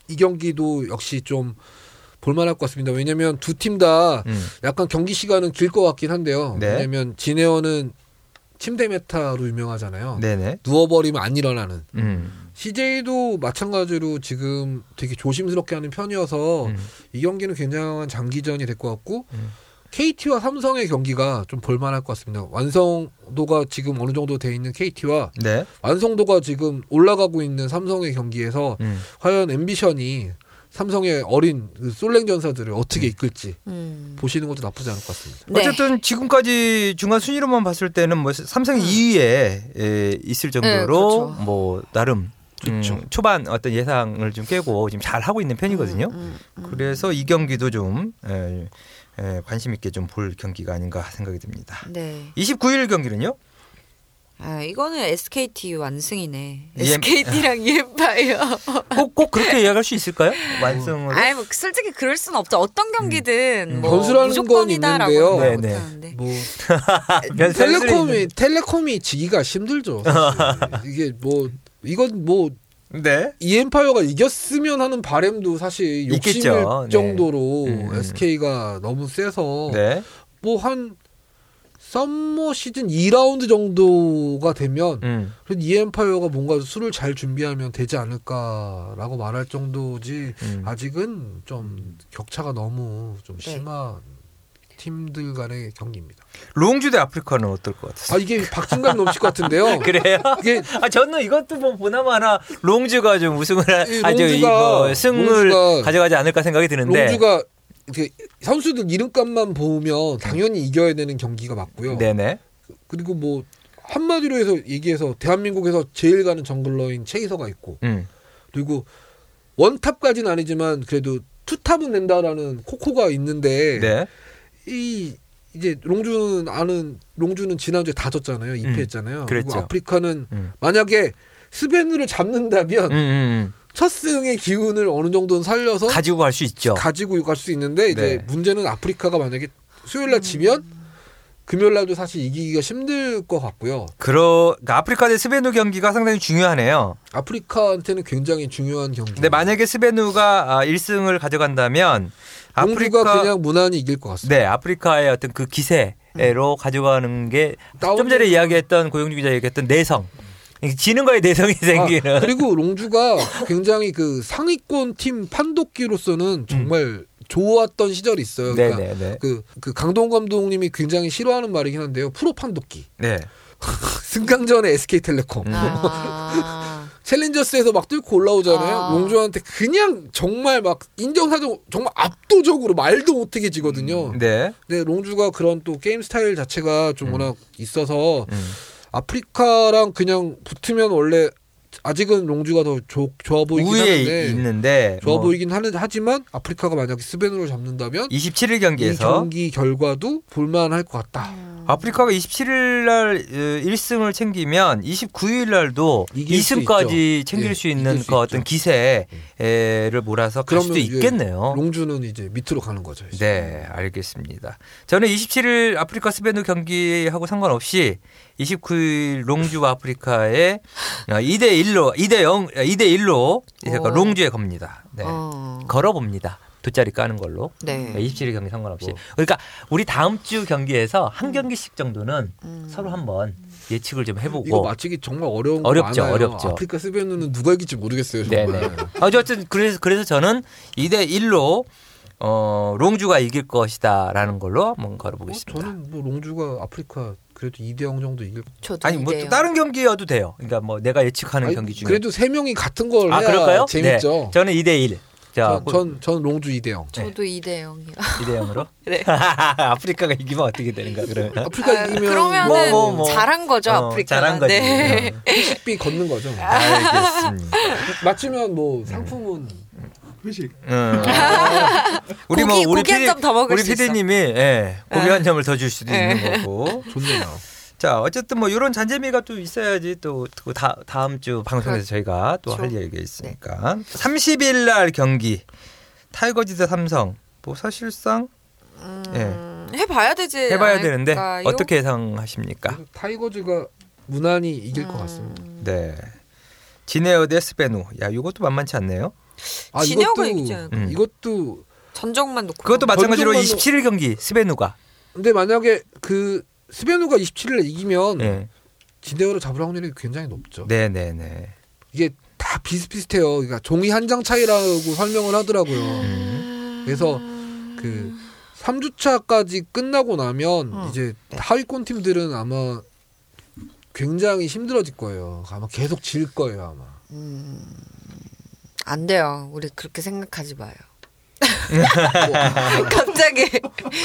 S3: 이 경기도 역시 좀 볼만할 것 같습니다. 왜냐면 두 팀 다
S1: 음.
S3: 약간 경기 시간은 길 것 같긴 한데요.
S1: 네.
S3: 왜냐면 진에어는 침대 메타로
S2: 어.
S3: 유명하잖아요.
S1: 네네.
S3: 누워버리면 안 일어나는.
S1: 음.
S3: CJ도 마찬가지로 지금 되게 조심스럽게 하는 편이어서
S1: 음.
S3: 이 경기는 굉장한 장기전이 될 것 같고
S1: 음.
S3: KT와 삼성의 경기가 좀 볼만할 것 같습니다. 완성도가 지금 어느 정도 돼 있는 KT와
S1: 네.
S3: 완성도가 지금 올라가고 있는 삼성의 경기에서
S1: 음.
S3: 과연 앰비션이 삼성의 어린 그 솔랭 전사들을 어떻게 이끌지
S5: 음.
S3: 보시는 것도 나쁘지 않을 것 같습니다.
S5: 네.
S1: 어쨌든 지금까지 중간 순위로만 봤을 때는 뭐 삼성 이 2위에 에, 있을 정도로
S5: 음. 네, 그렇죠.
S1: 뭐 나름 음, 초반 어떤 예상을 좀 깨고 지금 잘 하고 있는 편이거든요.
S5: 음, 음, 음.
S1: 그래서 이 경기도 좀 에, 에, 관심 있게 좀 볼 경기가 아닌가 생각이 듭니다.
S5: 네.
S1: 29일 경기는요?
S5: 아, 이거는 SKT 완승이네.
S1: 예. [LAUGHS]
S5: SKT랑 예파예요.
S1: 꼭, 꼭 그렇게 이야기할 수 있을까요? 완승으로?
S2: 아이 뭐 솔직히 그럴 순 없죠. 어떤 경기든
S1: 음.
S2: 뭐
S3: 변수라는
S2: 무조건이다라고
S3: 건
S1: 네,
S3: 있는데요.
S1: 네.
S5: 못하는데.
S3: 뭐
S1: 그냥
S3: 텔레콤이 텔레콤이 지기가 힘들죠. 사실.
S1: [LAUGHS]
S3: 이게 뭐 이건 뭐
S1: 네.
S3: 이엠파이어가 이겼으면 하는 바램도 사실 욕심일
S1: 있겠죠. 네.
S3: 정도로
S1: 음, 음.
S3: SK가 너무 세서
S1: 네.
S3: 뭐 한 썸머 시즌 2라운드 정도가 되면
S1: 음.
S3: 그래도 이엠파이어가 뭔가 수를 잘 준비하면 되지 않을까라고 말할 정도지
S1: 음.
S3: 아직은 좀 격차가 너무 좀 심한 팀들 간의 경기입니다.
S1: 롱주 대 아프리카는 어떨 것 같아요? 네.
S3: 아 이게 박진감 넘칠 것
S1: [LAUGHS]
S3: 같은데요.
S1: 어, 그래요?
S3: [LAUGHS] 이게
S1: 아 저는 이것도 뭐 보나마 하나 롱주가 좀 우승을
S3: 이
S1: 아주
S3: 예, 롱주가-
S1: 이거 승을
S3: 롱주가-
S1: 가져가지 않을까 생각이 드는데
S3: 롱주가 이렇게 선수들 이름값만 보면 당연히 이겨야 되는 경기가 맞고요.
S1: 네네
S3: 그리고 뭐 한마디로 해서 얘기해서 대한민국에서 제일 가는 정글러인 체이서가 있고
S1: 음.
S3: 그리고 원탑까지는 아니지만 그래도 투탑은 낸다라는 코코가 있는데
S1: 네.
S3: 이 이제 롱주는 아는 롱주는 지난주에 다 졌잖아요. 2패 했잖아요.
S1: 음, 그랬죠.
S3: 그리고 아프리카는
S1: 음.
S3: 만약에 스베누를 잡는다면
S1: 음, 음,
S3: 첫 승의 기운을 어느 정도는 살려서
S1: 음. 가지고 갈 수 있죠.
S3: 가지고 갈 수 있는데 이제
S1: 네.
S3: 문제는 아프리카가 만약에 수요일 날 지면 금요일 날도 사실 이기기가 힘들 것 같고요.
S1: 그러 그러니까 아프리카 대 스베누 경기가 상당히 중요하네요.
S3: 아프리카한테는 굉장히 중요한 경기.
S1: 근데 만약에 스베누가 아, 1승을 가져간다면
S3: 농주가
S1: 아프리카
S3: 그냥 무난히 이길 것 같습니다.
S1: 네 아프리카의 어떤 그 기세로 가져가는 게 좀
S3: 음. 다운-
S1: 전에 이야기했던 고영주 기자 얘기했던 내성 지는 거에 내성이 생기는
S3: 아, 그리고 롱주가 굉장히 그 상위권 팀 판독기로서는 정말 좋았던 시절이 있어요. 그러니까
S1: [LAUGHS] 음. 네네네
S3: 그, 그 강동 감독님이 굉장히 싫어하는 말이긴 한데요. 프로 판독기. [LAUGHS]
S1: 네
S3: 승강전의 SK텔레콤.
S2: 음.
S5: 아.
S3: 챌린저스에서 막 뚫고 올라오잖아요.
S5: 아.
S3: 롱주한테 그냥 정말 막 인정사정 정말 압도적으로 말도 못하게 지거든요.
S1: 네.
S3: 근데 롱주가 그런 또 게임 스타일 자체가 좀
S1: 음.
S3: 워낙 있어서
S1: 음.
S3: 아프리카랑 그냥 붙으면 원래 아직은 롱주가 더 조, 좋아 보이긴
S1: 우위에
S3: 하는데
S1: 있는데
S3: 좋아
S1: 뭐
S3: 보이긴 하는 하지만 아프리카가 만약에 스벤으로 잡는다면
S1: 27일
S3: 이
S1: 경기에서
S3: 경기 결과도 볼만할 것 같다.
S5: 음.
S1: 아프리카가 27일 날 1승을 챙기면 29일 날도
S3: 이길 수
S1: 2승까지 챙길
S3: 예,
S1: 수 있는
S3: 이길 수
S1: 그 어떤
S3: 있죠.
S1: 기세를 몰아서 갈
S3: 그러면
S1: 수도
S3: 이제
S1: 있겠네요.
S3: 롱주는 이제 밑으로 가는 거죠. 이제.
S1: 네, 알겠습니다. 저는 27일 아프리카 스베누 경기하고 상관없이 29일 롱주와 아프리카의 2대 1로 2대 0 2대 1로 그
S3: 어.
S5: 오.
S1: 롱주에 겁니다. [LAUGHS] 네.
S5: 어.
S1: 걸어 봅니다. 돗자리 까는 걸로.
S5: 네.
S1: 27일 경기 그러니까 상관없이.
S3: 뭐.
S1: 그러니까 우리 다음 주 경기에서 한 경기씩 정도는
S5: 음.
S1: 서로 한번 예측을 좀
S3: 이거
S1: 해보고.
S3: 맞히기 정말 어려운 거
S1: 어. 어렵죠,
S3: 많아요.
S1: 어렵죠.
S3: 아프리카 스벤누는 누가 이길지 모르겠어요. [LAUGHS] 정말.
S1: 네네. 아, 저 어쨌든 그래서 그래서 저는 2대 1로 어 롱주가 이길 것이다라는 걸로 한번
S3: 어,
S1: 걸어보겠습니다.
S3: 저는 뭐 롱주가 아프리카 그래도 2대0 정도 이길
S5: 저도
S1: 아니 뭐 또
S5: 이래요.
S1: 다른 경기여도 돼요. 그러니까 뭐 내가 예측하는
S3: 아니,
S1: 경기 중에.
S3: 그래도 세 명이 같은 걸
S1: 아
S3: 해야
S1: 그럴까요? 네.
S3: 재밌죠.
S1: 저는 2대 1. 자,
S3: 전, 전, 전 롱주 2대0.
S1: 네.
S5: 저도 이대 0이요.
S1: 2대 0으로.
S5: [LAUGHS] 네.
S1: [LAUGHS] 아프리카가 이기면 어떻게
S5: [LAUGHS]
S1: 되는가 그러면.
S3: 아프리카 이기면
S5: 그러면은
S1: 뭐, 뭐, 뭐.
S5: 잘한 거죠,
S1: 어,
S5: 아프리카.
S1: 잘한 거지.
S5: [LAUGHS] 네.
S1: 어.
S3: B 걷는 거죠.
S1: 알겠습니다.
S3: 맞추면
S1: 네.
S3: 뭐 상품은
S4: 회식.
S1: 음.
S5: [LAUGHS]
S1: 우리
S5: 고기- 고기 한
S1: PD
S5: 점더 먹을
S1: 우리
S5: 수 있어. 예.
S1: PD님이 예, 고기 한 점을 더 줄 수도 있는 거고.
S3: 좋네요.
S1: 자, 어쨌든 뭐 이런 잔재미가 또 있어야지 또 그 다, 다음 주
S5: 그렇죠.
S1: 방송에서 저희가 또 할 얘기가 있으니까.
S5: 네.
S1: 30일 날 경기 타이거즈 대 삼성. 뭐 사실상
S5: 음, 해봐야 되지.
S1: 예. 해 봐야 되는데
S5: 않을까요? 음,
S1: 어떻게 예상하십니까?
S3: 그래서 타이거즈가 무난히 이길
S5: 음.
S3: 것 같습니다.
S1: 네. 지네어 대 스베누. 야, 이것도 만만치 않네요.
S3: 아,
S5: 진혁을
S3: 이것도
S5: 이기지 않을까?
S1: 음.
S3: 이것도
S5: 어, 전적만 놓고
S1: 그것도 마찬가지로
S3: 전종만으로-
S1: 27일 경기 스베누가.
S3: 근데 만약에 그 스베누가 27일에
S5: 음.
S3: 이기면
S1: 네.
S3: 진대어를 잡을 확률이 굉장히 높죠.
S1: 네, 네, 네.
S3: 이게 다 비슷비슷해요. 그러니까 종이 한 장 차이라고 설명을 하더라고요.
S5: 음.
S3: 그래서 그 3주차까지 끝나고 나면
S5: 어.
S3: 이제 하위권 팀들은 아마 굉장히 힘들어질 거예요. 아마 계속 질 거예요, 아마.
S5: 안 돼요. 우리 그렇게 생각하지 마요. [LAUGHS]
S1: 아. [LAUGHS]
S5: 갑자기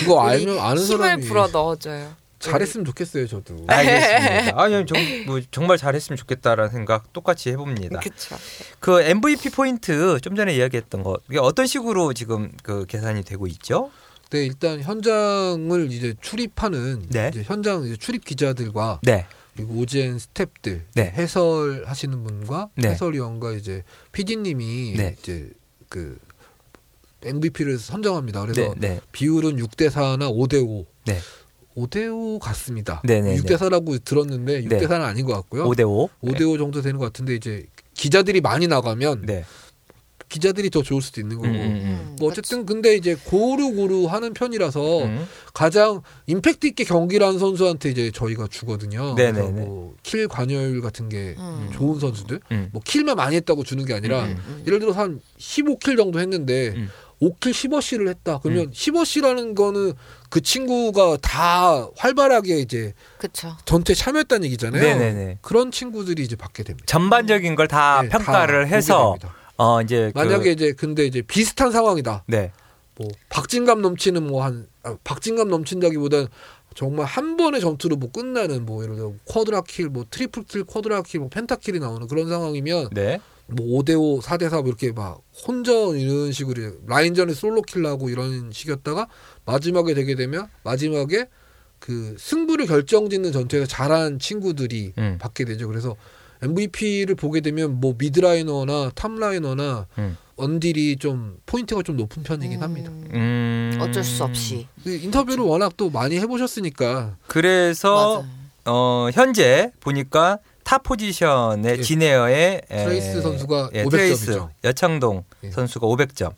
S3: 그거 알면 아는
S5: 힘을
S3: 사람이
S5: 불어 넣어줘요.
S3: 잘했으면 좋겠어요, 저도.
S1: 아.
S5: [LAUGHS]
S1: 알겠습니다. 아니, 정, 뭐, 정말 잘했으면 좋겠다라는 생각 똑같이 해봅니다.
S5: 그렇죠.
S1: 그 MVP 포인트 좀 전에 이야기했던 것 이게 어떤 식으로 지금 그 계산이 되고 있죠?
S3: 네, 일단 현장을 이제 출입하는
S1: 네.
S3: 이제 현장 이제 출입 기자들과
S1: 네,
S3: 그리고 오지엔 스탭들
S1: 네.
S3: 해설하시는 분과
S1: 네.
S3: 해설위원과 이제 PD님이
S1: 네.
S3: 이제 그 MVP를 선정합니다. 그래서
S1: 네, 네,
S3: 비율은 6대 4나 5대 5.
S1: 네.
S3: 5대 5 같습니다.
S1: 네, 네,
S3: 6대 4라고 들었는데 6대 4는 아닌 것 같고요.
S1: 5대 5.
S3: 네. 5대 5 정도 되는 것 같은데 이제 기자들이 많이 나가면
S1: 네,
S3: 기자들이 더 좋을 수도 있는
S1: 음,
S3: 거고.
S1: 음,
S3: 뭐 어쨌든 근데 이제 고루고루 하는 편이라서
S1: 음. 음.
S3: 가장 임팩트 있게 경기를 한 선수한테 이제 저희가 주거든요.
S1: 네네네.
S3: 그래서 뭐킬 관여율 같은 게
S5: 음.
S3: 좋은 선수들,
S1: 음.
S3: 뭐 킬만 많이 했다고 주는 게 아니라 예를 들어서 한 15킬 정도 했는데
S1: 음.
S3: 5킬 10어시를 했다. 그러면 10어시라는 거는 그 친구가 다 활발하게 이제
S5: 그렇죠.
S3: 전투에 참여했다는 얘기잖아요.
S1: 네네네.
S3: 그런 친구들이 이제 받게 됩니다.
S1: 전반적인 걸 다
S3: 네, 다
S1: 평가를
S3: 보게
S1: 해서
S3: 됩니다.
S1: 어 이제 그-
S3: 만약에 이제 근데 이제 비슷한 상황이다.
S1: 네,
S3: 뭐 박진감 넘치는 뭐 한 박진감 넘친다기보단 정말 한 번의 전투로 뭐 끝나는 뭐 예를 들어 쿼드라킬 뭐 트리플킬 쿼드라킬 뭐 펜타킬이 나오는 그런 상황이면
S1: 네,
S3: 뭐 5대5 4대4 뭐 이렇게 막 혼전 이런 식으로 이제 라인전에 솔로킬하고 이런 식이었다가 마지막에 되게 되면 마지막에 그 승부를 결정짓는 전투에서 잘한 친구들이
S1: 음.
S3: 받게 되죠. 그래서 MVP를 보게 되면 뭐 미드라이너나 탑라이너나
S1: 음.
S3: 언딜이 좀 포인트가 좀 높은 편이긴
S2: 음.
S3: 합니다.
S1: 음.
S5: 어쩔 수 없이.
S3: 그 인터뷰를 워낙 또 많이 해보셨으니까
S1: 그래서 어 현재 보니까 타 포지션의
S3: 예.
S1: 진에어의
S3: 트레이스 선수가 500 점이죠.
S1: 예, 여창동
S3: 예.
S1: 선수가 500점,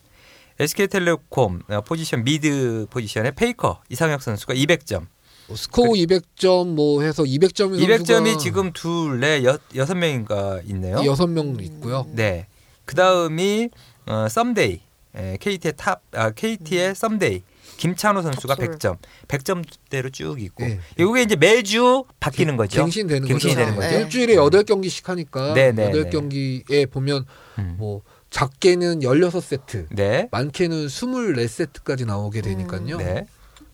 S1: SK텔레콤 어, 포지션 미드 포지션의 페이커 이상혁 선수가 200점.
S3: 뭐 스코어 200점 뭐 해서 200점이
S1: 200점이 지금 둘네 여섯 명인가 있네요.
S3: 여섯 명 있고요.
S1: 네. 그 다음이 어, 썸데이 에, KT의 탑 아,
S3: 음.
S1: KT의 썸데이 김찬호 선수가
S5: 탑솔.
S1: 100점, 100점대로 쭉 있고
S3: 네.
S1: 이게 이제 매주 바뀌는 음, 거죠.
S3: 갱신되는 거죠.
S1: 갱신이 되는
S5: 거죠.
S3: 네. 일주일에 여덟 경기씩 하니까
S1: 네, 네,
S3: 여덟
S1: 네.
S3: 경기에 보면
S1: 음.
S3: 뭐 작게는 16세트,
S1: 네.
S3: 많게는 24세트까지 나오게 되니까요.
S1: 네.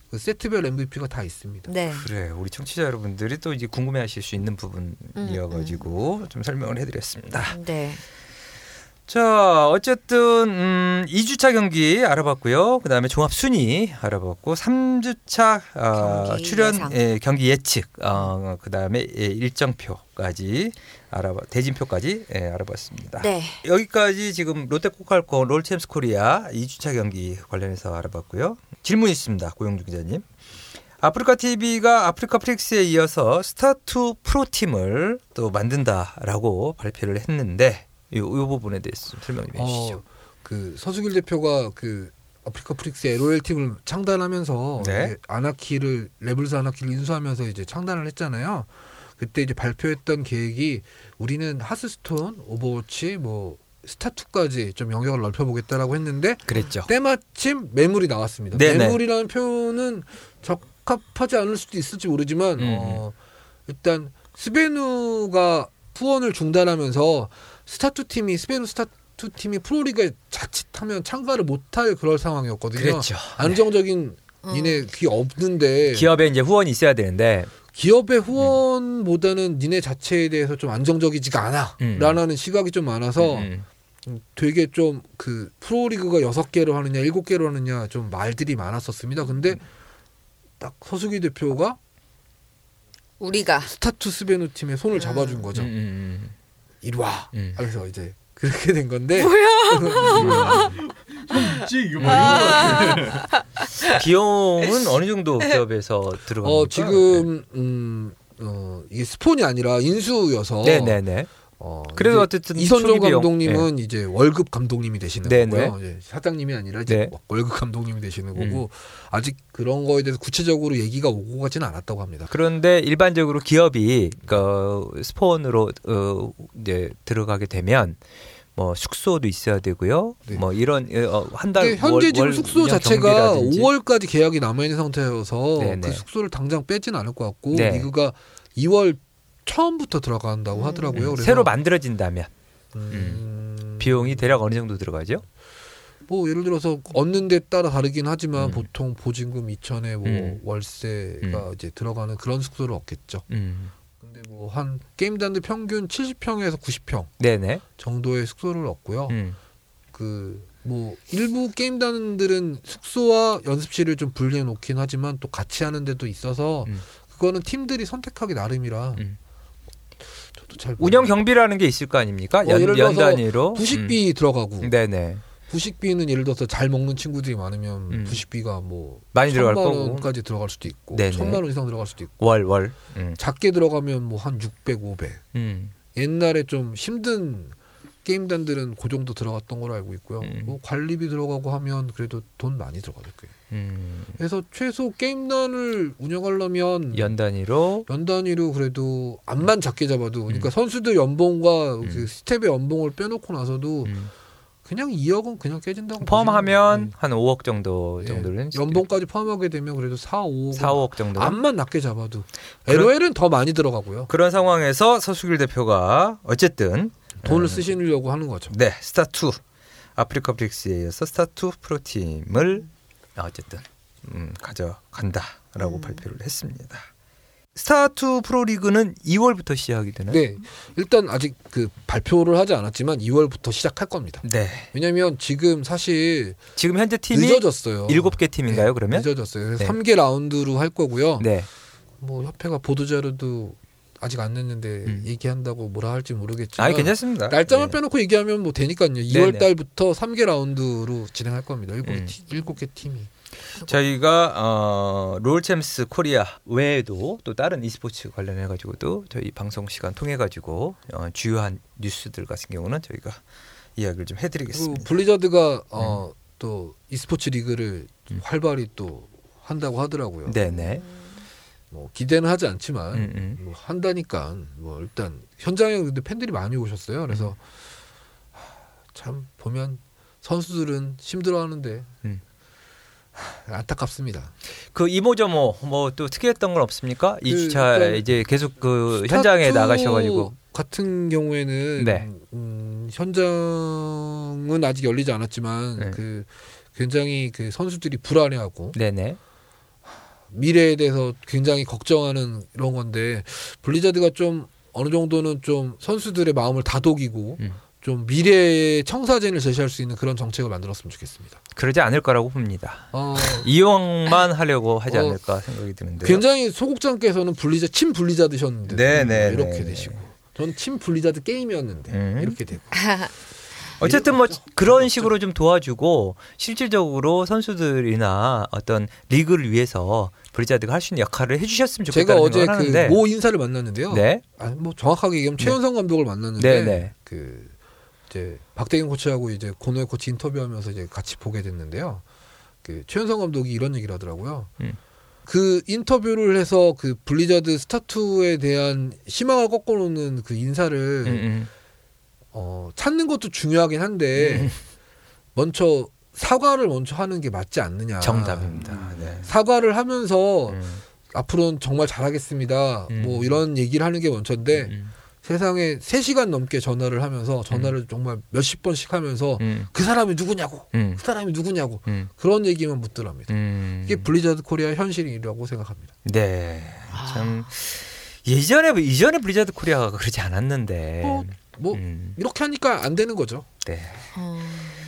S3: 그 세트별 MVP가 다 있습니다.
S5: 네.
S1: 그래 우리 청취자 여러분들이 또 이제 궁금해하실 수 있는
S5: 음,
S1: 부분이어가지고 좀 설명을 해드렸습니다.
S5: 네.
S1: 자 어쨌든 음, 2주차 경기 알아봤고요. 그 다음에 종합 순위 알아봤고 3주차 어,
S5: 경기
S1: 출연
S5: 예상.
S1: 예, 경기 예측 어, 그 다음에 예, 일정표까지 알아봐 대진표까지 예, 알아봤습니다.
S5: 네.
S1: 여기까지 지금 롯데코칼콘 롤챔스 코리아 2주차 경기 관련해서 알아봤고요. 질문 있습니다. 고영주 기자님. 아프리카 TV가 아프리카 프릭스에 이어서 스타투 프로팀을 또 만든다라고 발표를 했는데 이 부분에 대해서 좀 설명 좀 해주시죠.
S3: 어, 그 서수길 대표가 그 아프리카 프릭스 LOL 팀을 창단하면서
S1: 네.
S3: 이제 아나키를 레블스 아나키를 인수하면서 이제 창단을 했잖아요. 그때 이제 발표했던 계획이 우리는 하스스톤, 오버워치, 뭐 스타투까지 좀 영역을 넓혀보겠다라고 했는데
S1: 그랬죠.
S3: 때마침 매물이 나왔습니다.
S1: 네네.
S3: 매물이라는 표현은 적합하지 않을 수도 있을지 모르지만
S1: 음.
S3: 어, 일단 스베누가 후원을 중단하면서 스타투 팀이 스베누 스타투 팀이 프로리그에 자칫하면 참가를 못할 그럴 상황이었거든요.
S1: 그랬죠.
S3: 안정적인
S5: 음.
S3: 니네 귀 없는데
S1: 그렇죠. 기업에 네. 이제 후원이 있어야 되는데
S3: 기업의 후원보다는 니네 자체에 대해서 좀 안정적이지가
S1: 음.
S3: 않아라는 시각이 좀 많아서
S1: 음,
S3: 되게 좀 그 프로리그가 여섯 개로 하느냐 일곱 개로 하느냐 좀 말들이 많았었습니다.
S1: 음.
S3: 근데 딱 서수기 대표가
S5: 우리가
S3: 스타투 스베누 팀에 손을 잡아준 거죠.
S1: 음, 음,
S3: 이리 와.
S1: 음.
S3: 그래서 이제 그렇게 된
S1: [LAUGHS]
S3: 건데 어,
S1: 아,
S4: 있지 이거 봐.
S1: 네. 음. 비용은 어느 정도 기업에서 들어가는
S3: 어
S1: 겁니까?
S3: 지금 음 어, 이게 스폰이 아니라 인수여서
S1: 네네네.
S3: 어,
S1: 그래서
S3: 이제
S1: 어쨌든
S3: 이선종
S1: 출입비용.
S3: 감독님은 이제 월급 감독님이 되시는
S1: 네,
S3: 거고요. 이제 사장님이 아니라 이제 뭐
S1: 네.
S3: 월급 감독님이 되시는
S1: 음.
S3: 거고 아직 그런 거에 대해서 구체적으로 얘기가 오고 가지는 않았다고 합니다.
S1: 그런데 일반적으로 기업이 그 스폰으로 어, 이제 들어가게 되면 뭐 숙소도 있어야 되고요.
S3: 네.
S1: 뭐 이런 한달
S3: 근데 현재 지금 숙소 자체가 5월까지 계약이 남아 있는 상태여서
S1: 네, 네.
S3: 그 숙소를 당장 빼진 않을 것 같고
S1: 네.
S3: 리그가 2월 처음부터 들어간다고 하더라고요. 그래서
S1: 음. 새로 만들어진다면
S3: 음,
S1: 비용이 대략 어느 정도 들어가죠?
S3: 뭐 예를 들어서 얻는 데 따라 다르긴 하지만
S1: 음.
S3: 보통 보증금 2천에 뭐
S1: 음.
S3: 월세가 이제 들어가는 그런 숙소를 얻겠죠.
S1: 음.
S3: 근데 뭐 한 게임단들 평균 70평에서 90평
S1: 네네.
S3: 정도의 숙소를 얻고요.
S1: 음.
S3: 그 뭐 일부 게임단들은 숙소와 연습실을 좀 분리해 놓긴 하지만 또 같이 하는 데도 있어서
S1: 음.
S3: 그거는 팀들이 선택하기 나름이라
S1: 음.
S3: 저도 잘
S1: 운영 경비라는 게 있을 거 아닙니까?
S3: 어,
S1: 연,
S3: 예를
S1: 연
S3: 들어서
S1: 단위로.
S3: 부식비 들어가고
S1: 음. 네네.
S3: 부식비는 예를 들어서 잘 먹는 친구들이 많으면
S1: 음.
S3: 부식비가 뭐
S1: 많이 들어갈
S3: 천만
S1: 거고.
S3: 원까지 들어갈 수도 있고
S1: 네네.
S3: 천만 원 이상 들어갈 수도 있고
S1: 월 월. 음.
S3: 작게 들어가면 뭐 한 600, 500
S1: 음.
S3: 옛날에 좀 힘든 게임단들은 그 정도 들어갔던 걸로 알고 있고요.
S1: 음.
S3: 뭐 관리비 들어가고 하면 그래도 돈 많이 들어가요. 꽤.
S1: 음.
S3: 그래서 최소 게임단을 운영하려면 연,
S1: 연 단위로.
S3: 단위로 그래도 암만 작게 잡아도 그러니까 선수들 연봉과 그
S1: 음.
S3: 스텝의 연봉을 빼놓고 나서도
S1: 음.
S3: 그냥 2억은 그냥 깨진다고
S1: 포함하면
S3: 보시면
S1: 한 5억 정도
S3: 돼요.
S1: 정도는
S3: 예. 연봉까지 포함하게 되면 그래도 4, 5억
S1: 4, 5억 정도.
S3: 암만 낮게 잡아도
S1: 그런-
S3: LOL은 더 많이 들어가고요.
S1: 그런 상황에서 서수길 대표가 어쨌든
S3: 돈을
S1: 음,
S3: 쓰시려고 하는 거죠.
S1: 네 스타2 아프리카 브릭스에 의해서 스타2 프로팀을 아, 어쨌든 음, 가져간다라고
S3: 음.
S1: 발표를 했습니다. 스타2 프로리그는 2월부터 시작이 되나요?
S3: 네. 일단 아직 그 발표를 하지 않았지만 2월부터 시작할 겁니다.
S1: 네.
S3: 왜냐면 지금 사실
S1: 지금 현재 팀이
S3: 늦어졌어요.
S1: 7개 팀인가요, 그러면?
S3: 늦어졌어요. 그래서
S1: 네.
S3: 3개 라운드로 할 거고요.
S1: 네.
S3: 뭐 협회가 보도 자료도 아직 안 냈는데
S1: 음.
S3: 얘기한다고 뭐라 할지 모르겠지만
S1: 아니 괜찮습니다.
S3: 날짜만
S1: 네.
S3: 빼놓고 얘기하면 뭐 되니까요. 2월 달부터 3개 라운드로 진행할 겁니다.
S1: 음.
S3: 7개 팀이.
S1: 저희가 어, 롤챔스 코리아 외에도 또 다른 e스포츠 관련해 가지고도 저희 방송 시간 통해 가지고 어, 주요한 뉴스들 같은 경우는 저희가 이야기를 좀
S3: 그리고
S1: 해드리겠습니다. 네.
S3: 블리자드가 어, 또 e스포츠 리그를 활발히 또 한다고 하더라고요.
S1: 음. 네네.
S3: 뭐 기대는 하지 않지만
S1: 음, 음.
S3: 뭐 한다니까 뭐 일단 현장에 근데 팬들이 많이 오셨어요. 그래서
S1: 음.
S3: 하, 참 보면 선수들은 힘들어하는데
S1: 음.
S3: 하, 안타깝습니다.
S1: 그 이모저모 뭐 또 특이했던 건 없습니까? 이
S3: 그
S1: 주차
S3: 일단
S1: 이제 계속 그 현장에
S3: 스타트
S1: 나가셔가지고
S3: 같은 경우에는
S1: 네.
S3: 음, 현장은 아직 열리지 않았지만
S1: 네.
S3: 그 굉장히 그 선수들이 불안해하고
S1: 네네.
S3: 미래에 대해서 굉장히 걱정하는 이런 건데 블리자드가 좀 어느 정도는 좀 선수들의 마음을 다독이고
S1: 음.
S3: 좀 미래의 청사진을 제시할 수 있는 그런 정책을 만들었으면 좋겠습니다.
S1: 그러지 않을 거라고 봅니다.
S3: 어,
S1: 이용만 하려고 하지
S3: 어,
S1: 않을까 생각이 드는데.
S3: 굉장히 소국장께서는 블리자 친 블리자드셨는데
S1: 네네,
S3: 이렇게
S1: 네네.
S3: 되시고 저는 친 블리자드 게임이었는데
S1: 음.
S3: 이렇게 되고
S1: 어쨌든 뭐
S3: 없죠.
S1: 그런 식으로 좀 도와주고 실질적으로 선수들이나 어떤 리그를 위해서 브리자드가 할 수 있는 역할을 해주셨으면
S3: 제가
S1: 좋겠다는
S3: 어제
S1: 생각을 하는데
S3: 그 모 인사를 만났는데요.
S1: 네,
S3: 아, 뭐 정확하게 얘기하면 최현성 감독을
S1: 네,
S3: 만났는데
S1: 네,
S3: 그 이제 박대균 코치하고 이제 고노의 코치 인터뷰하면서 이제 같이 보게 됐는데요. 그 최현성 감독이 이런 얘기를 하더라고요.
S1: 음.
S3: 그 인터뷰를 해서 그 블리자드 스타투에 대한 희망을 꺾어놓는 그 인사를
S1: 음, 음.
S3: 어, 찾는 것도 중요하긴 한데 먼저 사과를 먼저 하는 게 맞지 않느냐. 아,
S1: 정답입니다. 네.
S3: 사과를 하면서
S1: 음,
S3: 앞으로는 정말 잘하겠습니다.
S1: 음.
S3: 뭐 이런 얘기를 하는 게 먼저인데
S1: 음,
S3: 세상에 3시간 넘게 전화를 하면서 전화를 정말 몇십 번씩 하면서
S1: 음,
S3: 그 사람이 누구냐고
S1: 음,
S3: 그 사람이 누구냐고
S1: 음,
S3: 그런 얘기만 묻더랍니다.
S1: 음.
S3: 이게 블리자드 코리아 현실이라고 생각합니다.
S1: 네,
S3: 아,
S1: 참 예전에 이전에 브리자드 코리아가 그러지 않았는데
S3: 뭐
S1: 음.
S3: 이렇게 하니까 안 되는 거죠.
S1: 네.
S3: 음.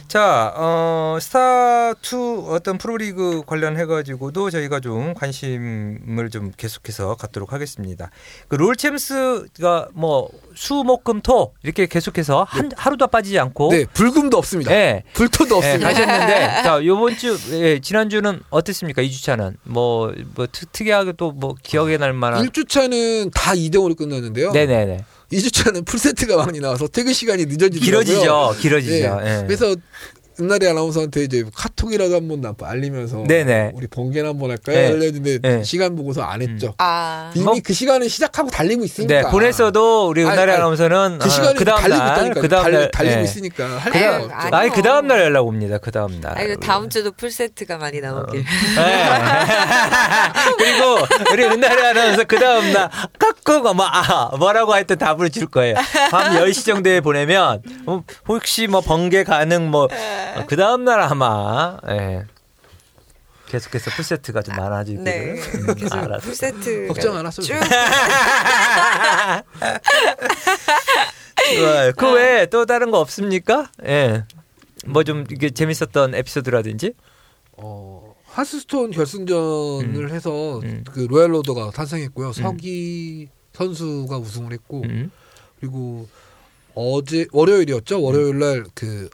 S1: 자, 어, 스타2 어떤 프로리그 관련해가지고도 저희가 좀 관심을 좀 계속해서 갖도록 하겠습니다. 그 롤챔스가 뭐 수, 목, 금, 토 이렇게 계속해서 한, 하루도 빠지지 않고.
S3: 네, 불금도 없습니다.
S1: 어? 네.
S3: 불토도
S1: 예,
S3: 없습니다.
S1: 가셨는데
S3: [LAUGHS]
S1: 자 요번 주 예, 지난주는 어땠습니까 이 주차는 뭐뭐 특이하게 또 뭐 기억에 날
S3: 아,
S1: 만한
S3: 1주차는 다 2대5로 끝났는데요.
S1: 네네네
S3: 2주차는 풀세트가 많이 나와서 퇴근 시간이 늦어지더라고요.
S1: 길어지죠 길어지죠
S3: 예.
S1: 예.
S3: 그래서 옛날에 아나운서한테 이제 카톡이라도 한 번 나- 알리면서
S1: 네네.
S3: 우리 번개나 한번 할까요?
S1: 네.
S3: 알려주는데
S1: 네.
S3: 시간 보고서 안 했죠.
S5: 아,
S3: 이미
S1: 뭐-
S3: 그 시간은 시작하고 달리고 있으니까.
S1: 네 보냈어도 우리
S3: 그러니까. 아니,
S1: 은하리
S3: 아니,
S1: 아나운서는
S3: 그 시간에
S1: 그 다음
S3: 달리고
S1: 날
S3: 있다니까.
S1: 그 다음 날
S3: 달리, 고
S1: 예.
S3: 있으니까
S5: 그다음-
S3: 할 필요가 없죠.
S5: 아,
S1: 아니 그 다음 날 연락 옵니다 그 다음 날
S5: 아니,
S3: 네.
S5: 다음 주도 풀 세트가
S3: 어.
S5: 많이 나오길.
S1: 예. [LAUGHS] 그리고 우리 은달이 아나운서 그 다음날 깍꿍 뭐, 아, 뭐라고 하여튼 답을 줄 거예요. 밤 10시 정도에 보내면 어, 혹시 뭐 번개 가능 뭐
S5: 네.
S1: 그 다음날 아마 예. 계속해서 풀세트가 좀 음,
S5: [LAUGHS]
S1: 많아지고
S5: 네. 계속
S1: [LAUGHS]
S5: 풀 세트.
S3: 음. 걱정 안 하셔도
S5: 쭉.
S3: 돼요.
S1: 그외 또 다른 거 없습니까? 예. 뭐 좀 이게 재밌었던 에피소드라든지
S3: 어, 하스스톤 결승전을 해서
S1: 음.
S3: 그 로얄 로더가 탄생했고요. 서기 선수가 우승을 했고
S1: 음.
S3: 그리고 어제 월요일이었죠. 월요일 날그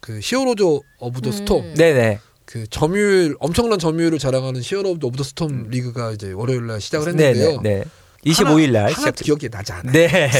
S3: 그 시어로조 오브 더
S1: 음.
S3: 스톰
S1: 네네
S3: 그 점유율 엄청난 점유율을 자랑하는 시어로 오브 더 스톰 리그가 이제 월요일 날 시작을 했는데요.
S1: 음. 네네 네. 25일 날
S3: 하나, 하나
S1: 시작.
S3: 기억이 나지 않아요.
S1: 네.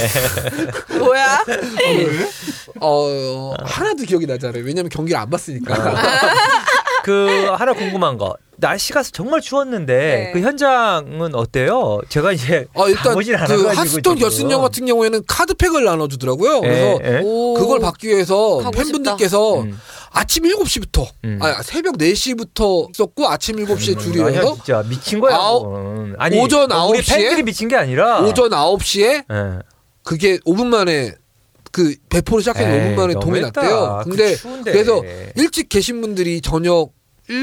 S5: 뭐야?
S3: 네? [LAUGHS] 어, 하나도 기억이 나지 않아요. 왜냐면 경기를 안
S1: 아,
S3: 봤으니까.
S1: [LAUGHS] 그 하나 궁금한 거. 날씨가 정말 추웠는데
S5: 네.
S1: 그 현장은 어때요? 제가 이제
S3: 어, 일단
S1: 가보질
S3: 그
S1: 않아가지고
S3: 하스톤
S1: 지금.
S3: 결승전 같은 경우에는 카드팩을 나눠주더라고요. 그래서
S1: 예, 예.
S3: 그걸 받기 위해서
S5: 가고
S3: 팬분들께서
S1: 음.
S3: 아침 7시부터
S1: 음.
S3: 아 새벽 4시부터 있었고 아침 7시에 줄이
S1: 아니야,
S3: 와서
S1: 진짜 미친 거야.
S3: 아홉-
S1: 그거는. 아니 어,
S3: 오전
S1: 우리
S3: 9시에?
S1: 팬들이 미친 게 아니라
S3: 오전 9시에
S1: 예.
S3: 그게 5분 만에 그 배포를 시작해서
S1: 에이,
S3: 5분 만에 동이
S1: 너무했다.
S3: 났대요.
S1: 그
S3: 근데
S1: 추운데.
S3: 그래서 일찍 계신 분들이 저녁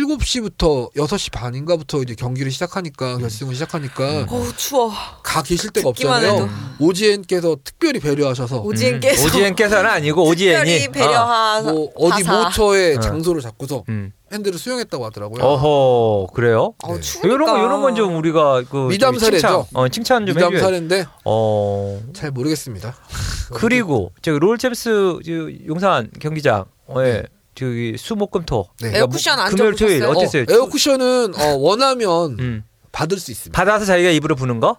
S3: 7시부터 6시 반인가부터 이제 경기를 시작하니까
S1: 음.
S3: 결승을 시작하니까
S5: 어우, 추워.
S3: 가 계실 데가
S5: 듣기만
S3: 없잖아요. 오지엔께서 특별히 배려하셔서 뭐
S5: 오지엔께서.
S1: 음, 오지엔께서는 아니고 오지엔이
S5: 특별히 배려하사.
S3: 뭐 어디
S5: 가사.
S3: 모처의
S1: 어.
S3: 장소를 잡고서
S1: 어. 음.
S3: 팬들을 수용했다고 하더라고요.
S1: 어허 그래요?
S5: 어,
S3: 네.
S5: 추우니까.
S1: 이런 거 이런 건 좀 우리가 그
S3: 미담
S1: 저기 칭찬,
S3: 사례죠.
S1: 어, 칭찬 좀
S3: 미담
S1: 해줘요.
S3: 사례인데
S1: 어
S3: 잘 모르겠습니다.
S1: [LAUGHS] 그리고 저기 롤챔스 저 용산 경기장 예. 저기 수목금토 그러니까
S3: 네.
S5: 에어쿠션 안
S1: 금요일 토요일
S5: 접으셨어요? 네.
S1: 어땠어요?
S3: 어, 에어쿠션은 어, 원하면
S1: 음.
S3: 받을 수 있습니다.
S1: 받아서 자기가 입으로 부는 거?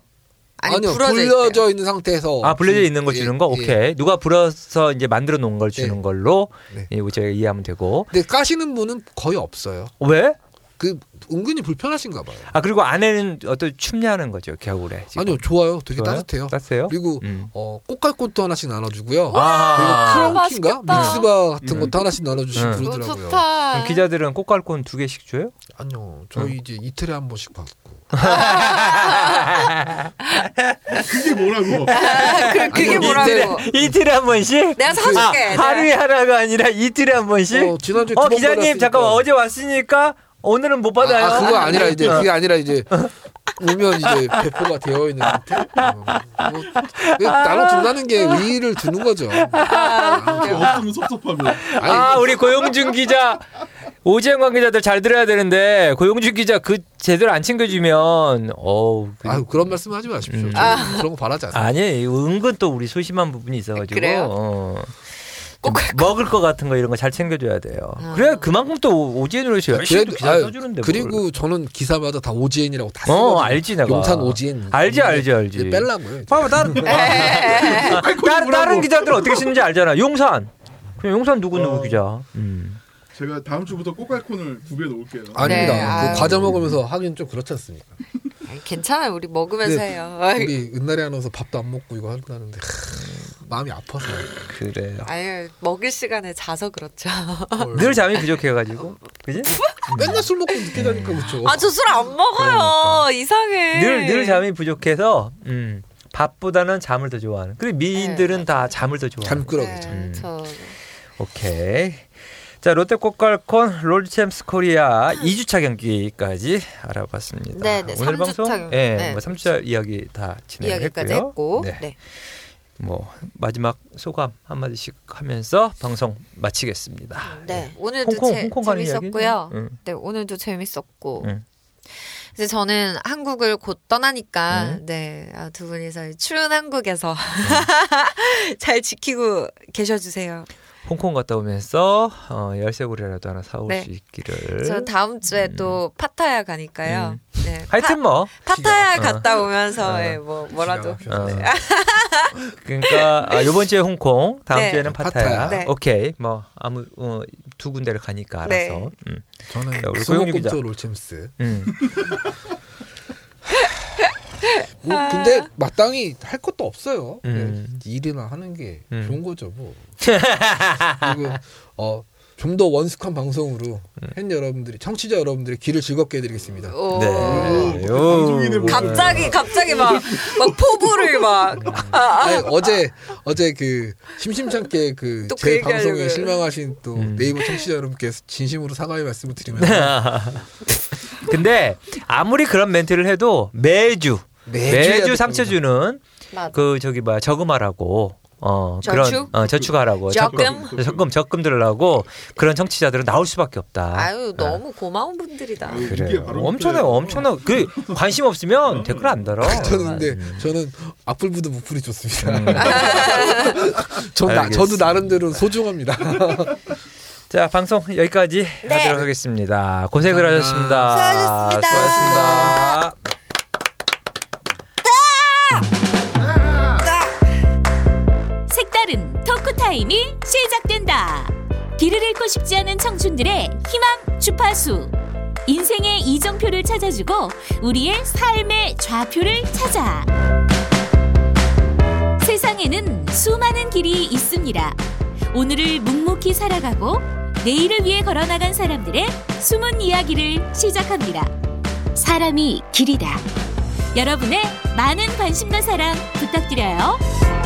S5: 아니,
S3: 아니요,
S5: 불어져 있대요.
S3: 불려져 있는 상태에서
S1: 아 불려져 있는 걸
S3: 예,
S1: 주는 거?
S3: 예.
S1: 오케이 누가 불어서 이제 만들어 놓은 걸 주는
S3: 네.
S1: 걸로
S3: 네.
S1: 예, 저희가 이해하면 되고
S3: 근데 까시는 분은 거의 없어요.
S1: 왜?
S3: 그 은근히 불편하신가 봐요.
S1: 아 그리고 안에는 어떤 춥냐는 거죠 겨울에 지금.
S3: 아니요, 좋아요. 되게
S1: 좋아요?
S3: 따뜻해요.
S1: 따뜻해요?
S3: 그리고
S1: 음.
S3: 어, 꽃갈콘도 하나씩 나눠주고요.
S1: 아,
S3: 그리고 크런키인가
S5: 맛있겠다.
S3: 믹스바 같은 것도 하나씩 나눠주시고
S1: 음.
S5: 어,
S3: 그러더라고요.
S5: 좋다.
S1: 그럼 기자들은 꽃갈콘 두 개씩 줘요?
S3: 아니요, 저희 이제 이틀에 한 번씩 받고.
S4: 그게 뭐라고?
S5: [LAUGHS] 그, 그게
S3: 아니요,
S5: 뭐라고.
S1: 이틀에, 이틀에 한 번씩?
S5: 내가 사줄게. 네.
S1: 아, 하루에 하나가 아니라 이틀에 한 번씩?
S3: 어, 지난주에
S1: 어
S3: 두번
S1: 기자님
S3: 받았으니까.
S1: 잠깐만 어제 왔으니까 오늘은 못 받아요.
S3: 아, 그거 아니라 이제
S1: 어.
S3: 그게 아니라 이제 오면 이제 배포가 되어 있는 상태. 어, 뭐, 나눠 준다는 게
S5: 아.
S3: 의의를 두는 거죠.
S4: 없으면 섭섭하고.
S3: 아니,
S1: 아 우리 고용준 기자 오지영 관계자들 잘 들어야 되는데 고용준 기자 그 제대로 안 챙겨주면 어우 그,
S3: 아유, 그런 말씀 하지 마십시오.
S1: 음.
S3: 저는 그런 거 바라지 않아요.
S1: 아니 은근 또 우리 소심한 부분이 있어가지고
S5: 그래요?
S1: 어.
S5: 꼭
S1: 좀 먹을 거 같은 거 이런 거 잘 챙겨줘야 돼요. 그래야 그만큼 또 오지현으로 열심히 또 기사
S3: 음. 그러니까 아유,
S1: 써주는데 뭘.
S3: 그리고 저는 기사마다 다 오지엔이라고 다 쓰거든요.
S1: 어 알지 내가
S3: 용산 오지엔.
S1: 알지 알지
S3: 이제 네.
S1: 알지
S3: 빼려고요.
S1: 봐봐 다른 다른 다른 기자들 어떻게 쓰는지 알잖아 용산 그냥 용산 누구 누구
S4: 어.
S1: 기자 음.
S4: 제가 다음 주부터 꽃갈콘을 두 개 놓을게요.
S3: 아닙니다.
S5: 네,
S3: 그
S5: 아유.
S3: 과자 먹으면서 하긴 좀 그렇지 않습니까?
S5: 아니, 괜찮아요. 우리 먹으면서
S3: 네,
S5: 해요.
S3: 우리 은날이 아나운서 밥도 안 먹고 이거 한다는데 하,
S5: [LAUGHS]
S3: 마음이 아파서
S1: 그래요
S5: 아유, 먹을 시간에 자서 그렇죠.
S1: 늘 잠이 부족해가지고 그지
S3: 맨날 술 먹고 늦게 자니까 그렇죠.
S5: 아, 저 술 안 먹어요. 이상해.
S1: 그러니까. 늘 늘 잠이 부족해서 음. 밥보다는 잠을 더 좋아하는 그리고 미인들은 다 잠을 더 좋아하는
S3: 잠꾸러기.
S5: 네,
S3: 죠
S1: 음.
S5: 저
S1: 오케이 자 롯데 꽃갈콘 롤챔스 코리아 2주차 경기까지 알아봤습니다
S5: 네, 네,
S1: 오늘
S5: 삼주차
S1: 방송
S5: 경기.
S1: 예,
S5: 네.
S1: 뭐 3주차 이야기 다
S5: 이야기까지
S1: 진행했고요
S5: 했고.
S1: 네.
S5: 네.
S1: 뭐 마지막 소감 한 마디씩 하면서 방송 마치겠습니다.
S2: 네, 오늘도
S1: 홍콩
S2: 재,
S1: 홍콩 가는 음. 네. 이야기.
S2: 재밌었고요.
S1: 응.
S2: 네, 오늘도 재밌었고.
S1: 응.
S2: 이제 저는 한국을 곧 떠나니까
S1: 응.
S2: 네, 아, 두 분이서 추운 한국에서
S1: 음.
S2: [LAUGHS] 잘 지키고 계셔 주세요.
S1: 홍콩 갔다 오면서 어, 열쇠고리라도 하나 사올
S2: 네.
S1: 수 있기를.
S2: 저 다음 주에
S1: 음.
S2: 또 파타야
S1: 음.
S2: 가니까요. 네.
S1: 하여튼 뭐
S2: 파, 파타야
S1: 시작.
S2: 갔다 오면서
S1: 어.
S2: 예, 뭐 뭐라도
S4: 아,
S1: 어.
S4: 네.
S1: [LAUGHS] 그러니까 아, 이번 주에 홍콩, 다음
S2: 네.
S1: 주에는 파타야.
S3: 파타야.
S2: 네.
S1: 오케이. 뭐 아무 어, 두 군데를 가니까 알아서.
S2: 네.
S1: 음.
S3: 저는
S1: 자, 우리 소영이 기자.
S3: 소모꼼수 그 롤챔스.
S1: 음.
S3: 뭐
S2: 아.
S3: 근데 마땅히 할 것도 없어요.
S1: 음.
S3: 예, 일이나 하는 게
S1: 음.
S3: 좋은 거죠
S1: [LAUGHS]
S3: 뭐. 그리고 어. 좀 더 원숙한 방송으로
S1: 음.
S3: 팬 여러분들이 청취자 여러분들의 귀를 즐겁게 해드리겠습니다.
S2: 오.
S1: 네.
S4: 방송인의 모습.
S2: 갑자기 갑자기 막 막 포부를 막
S1: [LAUGHS]
S3: 아니, 네, 어제 어제 그 심심찮게 그
S2: [LAUGHS] 또그
S3: 제
S2: 얘기하려고
S3: 방송에
S2: 그래요.
S3: 실망하신 또
S1: 음.
S3: 네이버 청취자 여러분께서 진심으로 사과의
S1: [LAUGHS]
S3: 말씀을 드리면서
S1: [LAUGHS] 근데 아무리 그런 멘트를 해도 매주
S3: 매주,
S1: 매주
S3: 해야
S1: 상처
S3: 됩니다.
S1: 주는
S2: 맞아.
S1: 그 저기 뭐야 저금하라고 어 그런
S2: 저축?
S1: 어, 저축하라고
S2: 적금?
S1: 적금 적금 들으려고 그런 청취자들은 나올 수밖에 없다. 네.
S2: 아유 너무 고마운 분들이다.
S4: 아유, 이게
S1: 그래요.
S4: 바로
S1: 엄청나
S4: 그래요.
S1: 엄청나 그 관심 없으면 댓글 안 달아. 네. 음.
S3: 저는 근데 저는 악플보다 무플이 좋습니다. [LAUGHS] 저 나, 저도
S1: 알겠습니다.
S3: 나름대로 소중합니다.
S1: 자 방송 여기까지 하도록 하겠습니다. 고생을 하셨습니다.
S2: 네. 수고하셨습니다.
S1: 수고하셨습니다.
S7: 색다른 토크 타임이 시작된다. 길을 잃고 싶지 않은 청춘들의 희망 주파수. 인생의 이정표를 찾아주고 우리의 삶의 좌표를 찾아. 세상에는 수많은 길이 있습니다. 오늘을 묵묵히 살아가고 내일을 위해 걸어나간 사람들의 숨은 이야기를 시작합니다. 사람이 길이다. 여러분의 많은 관심과 사랑 부탁드려요.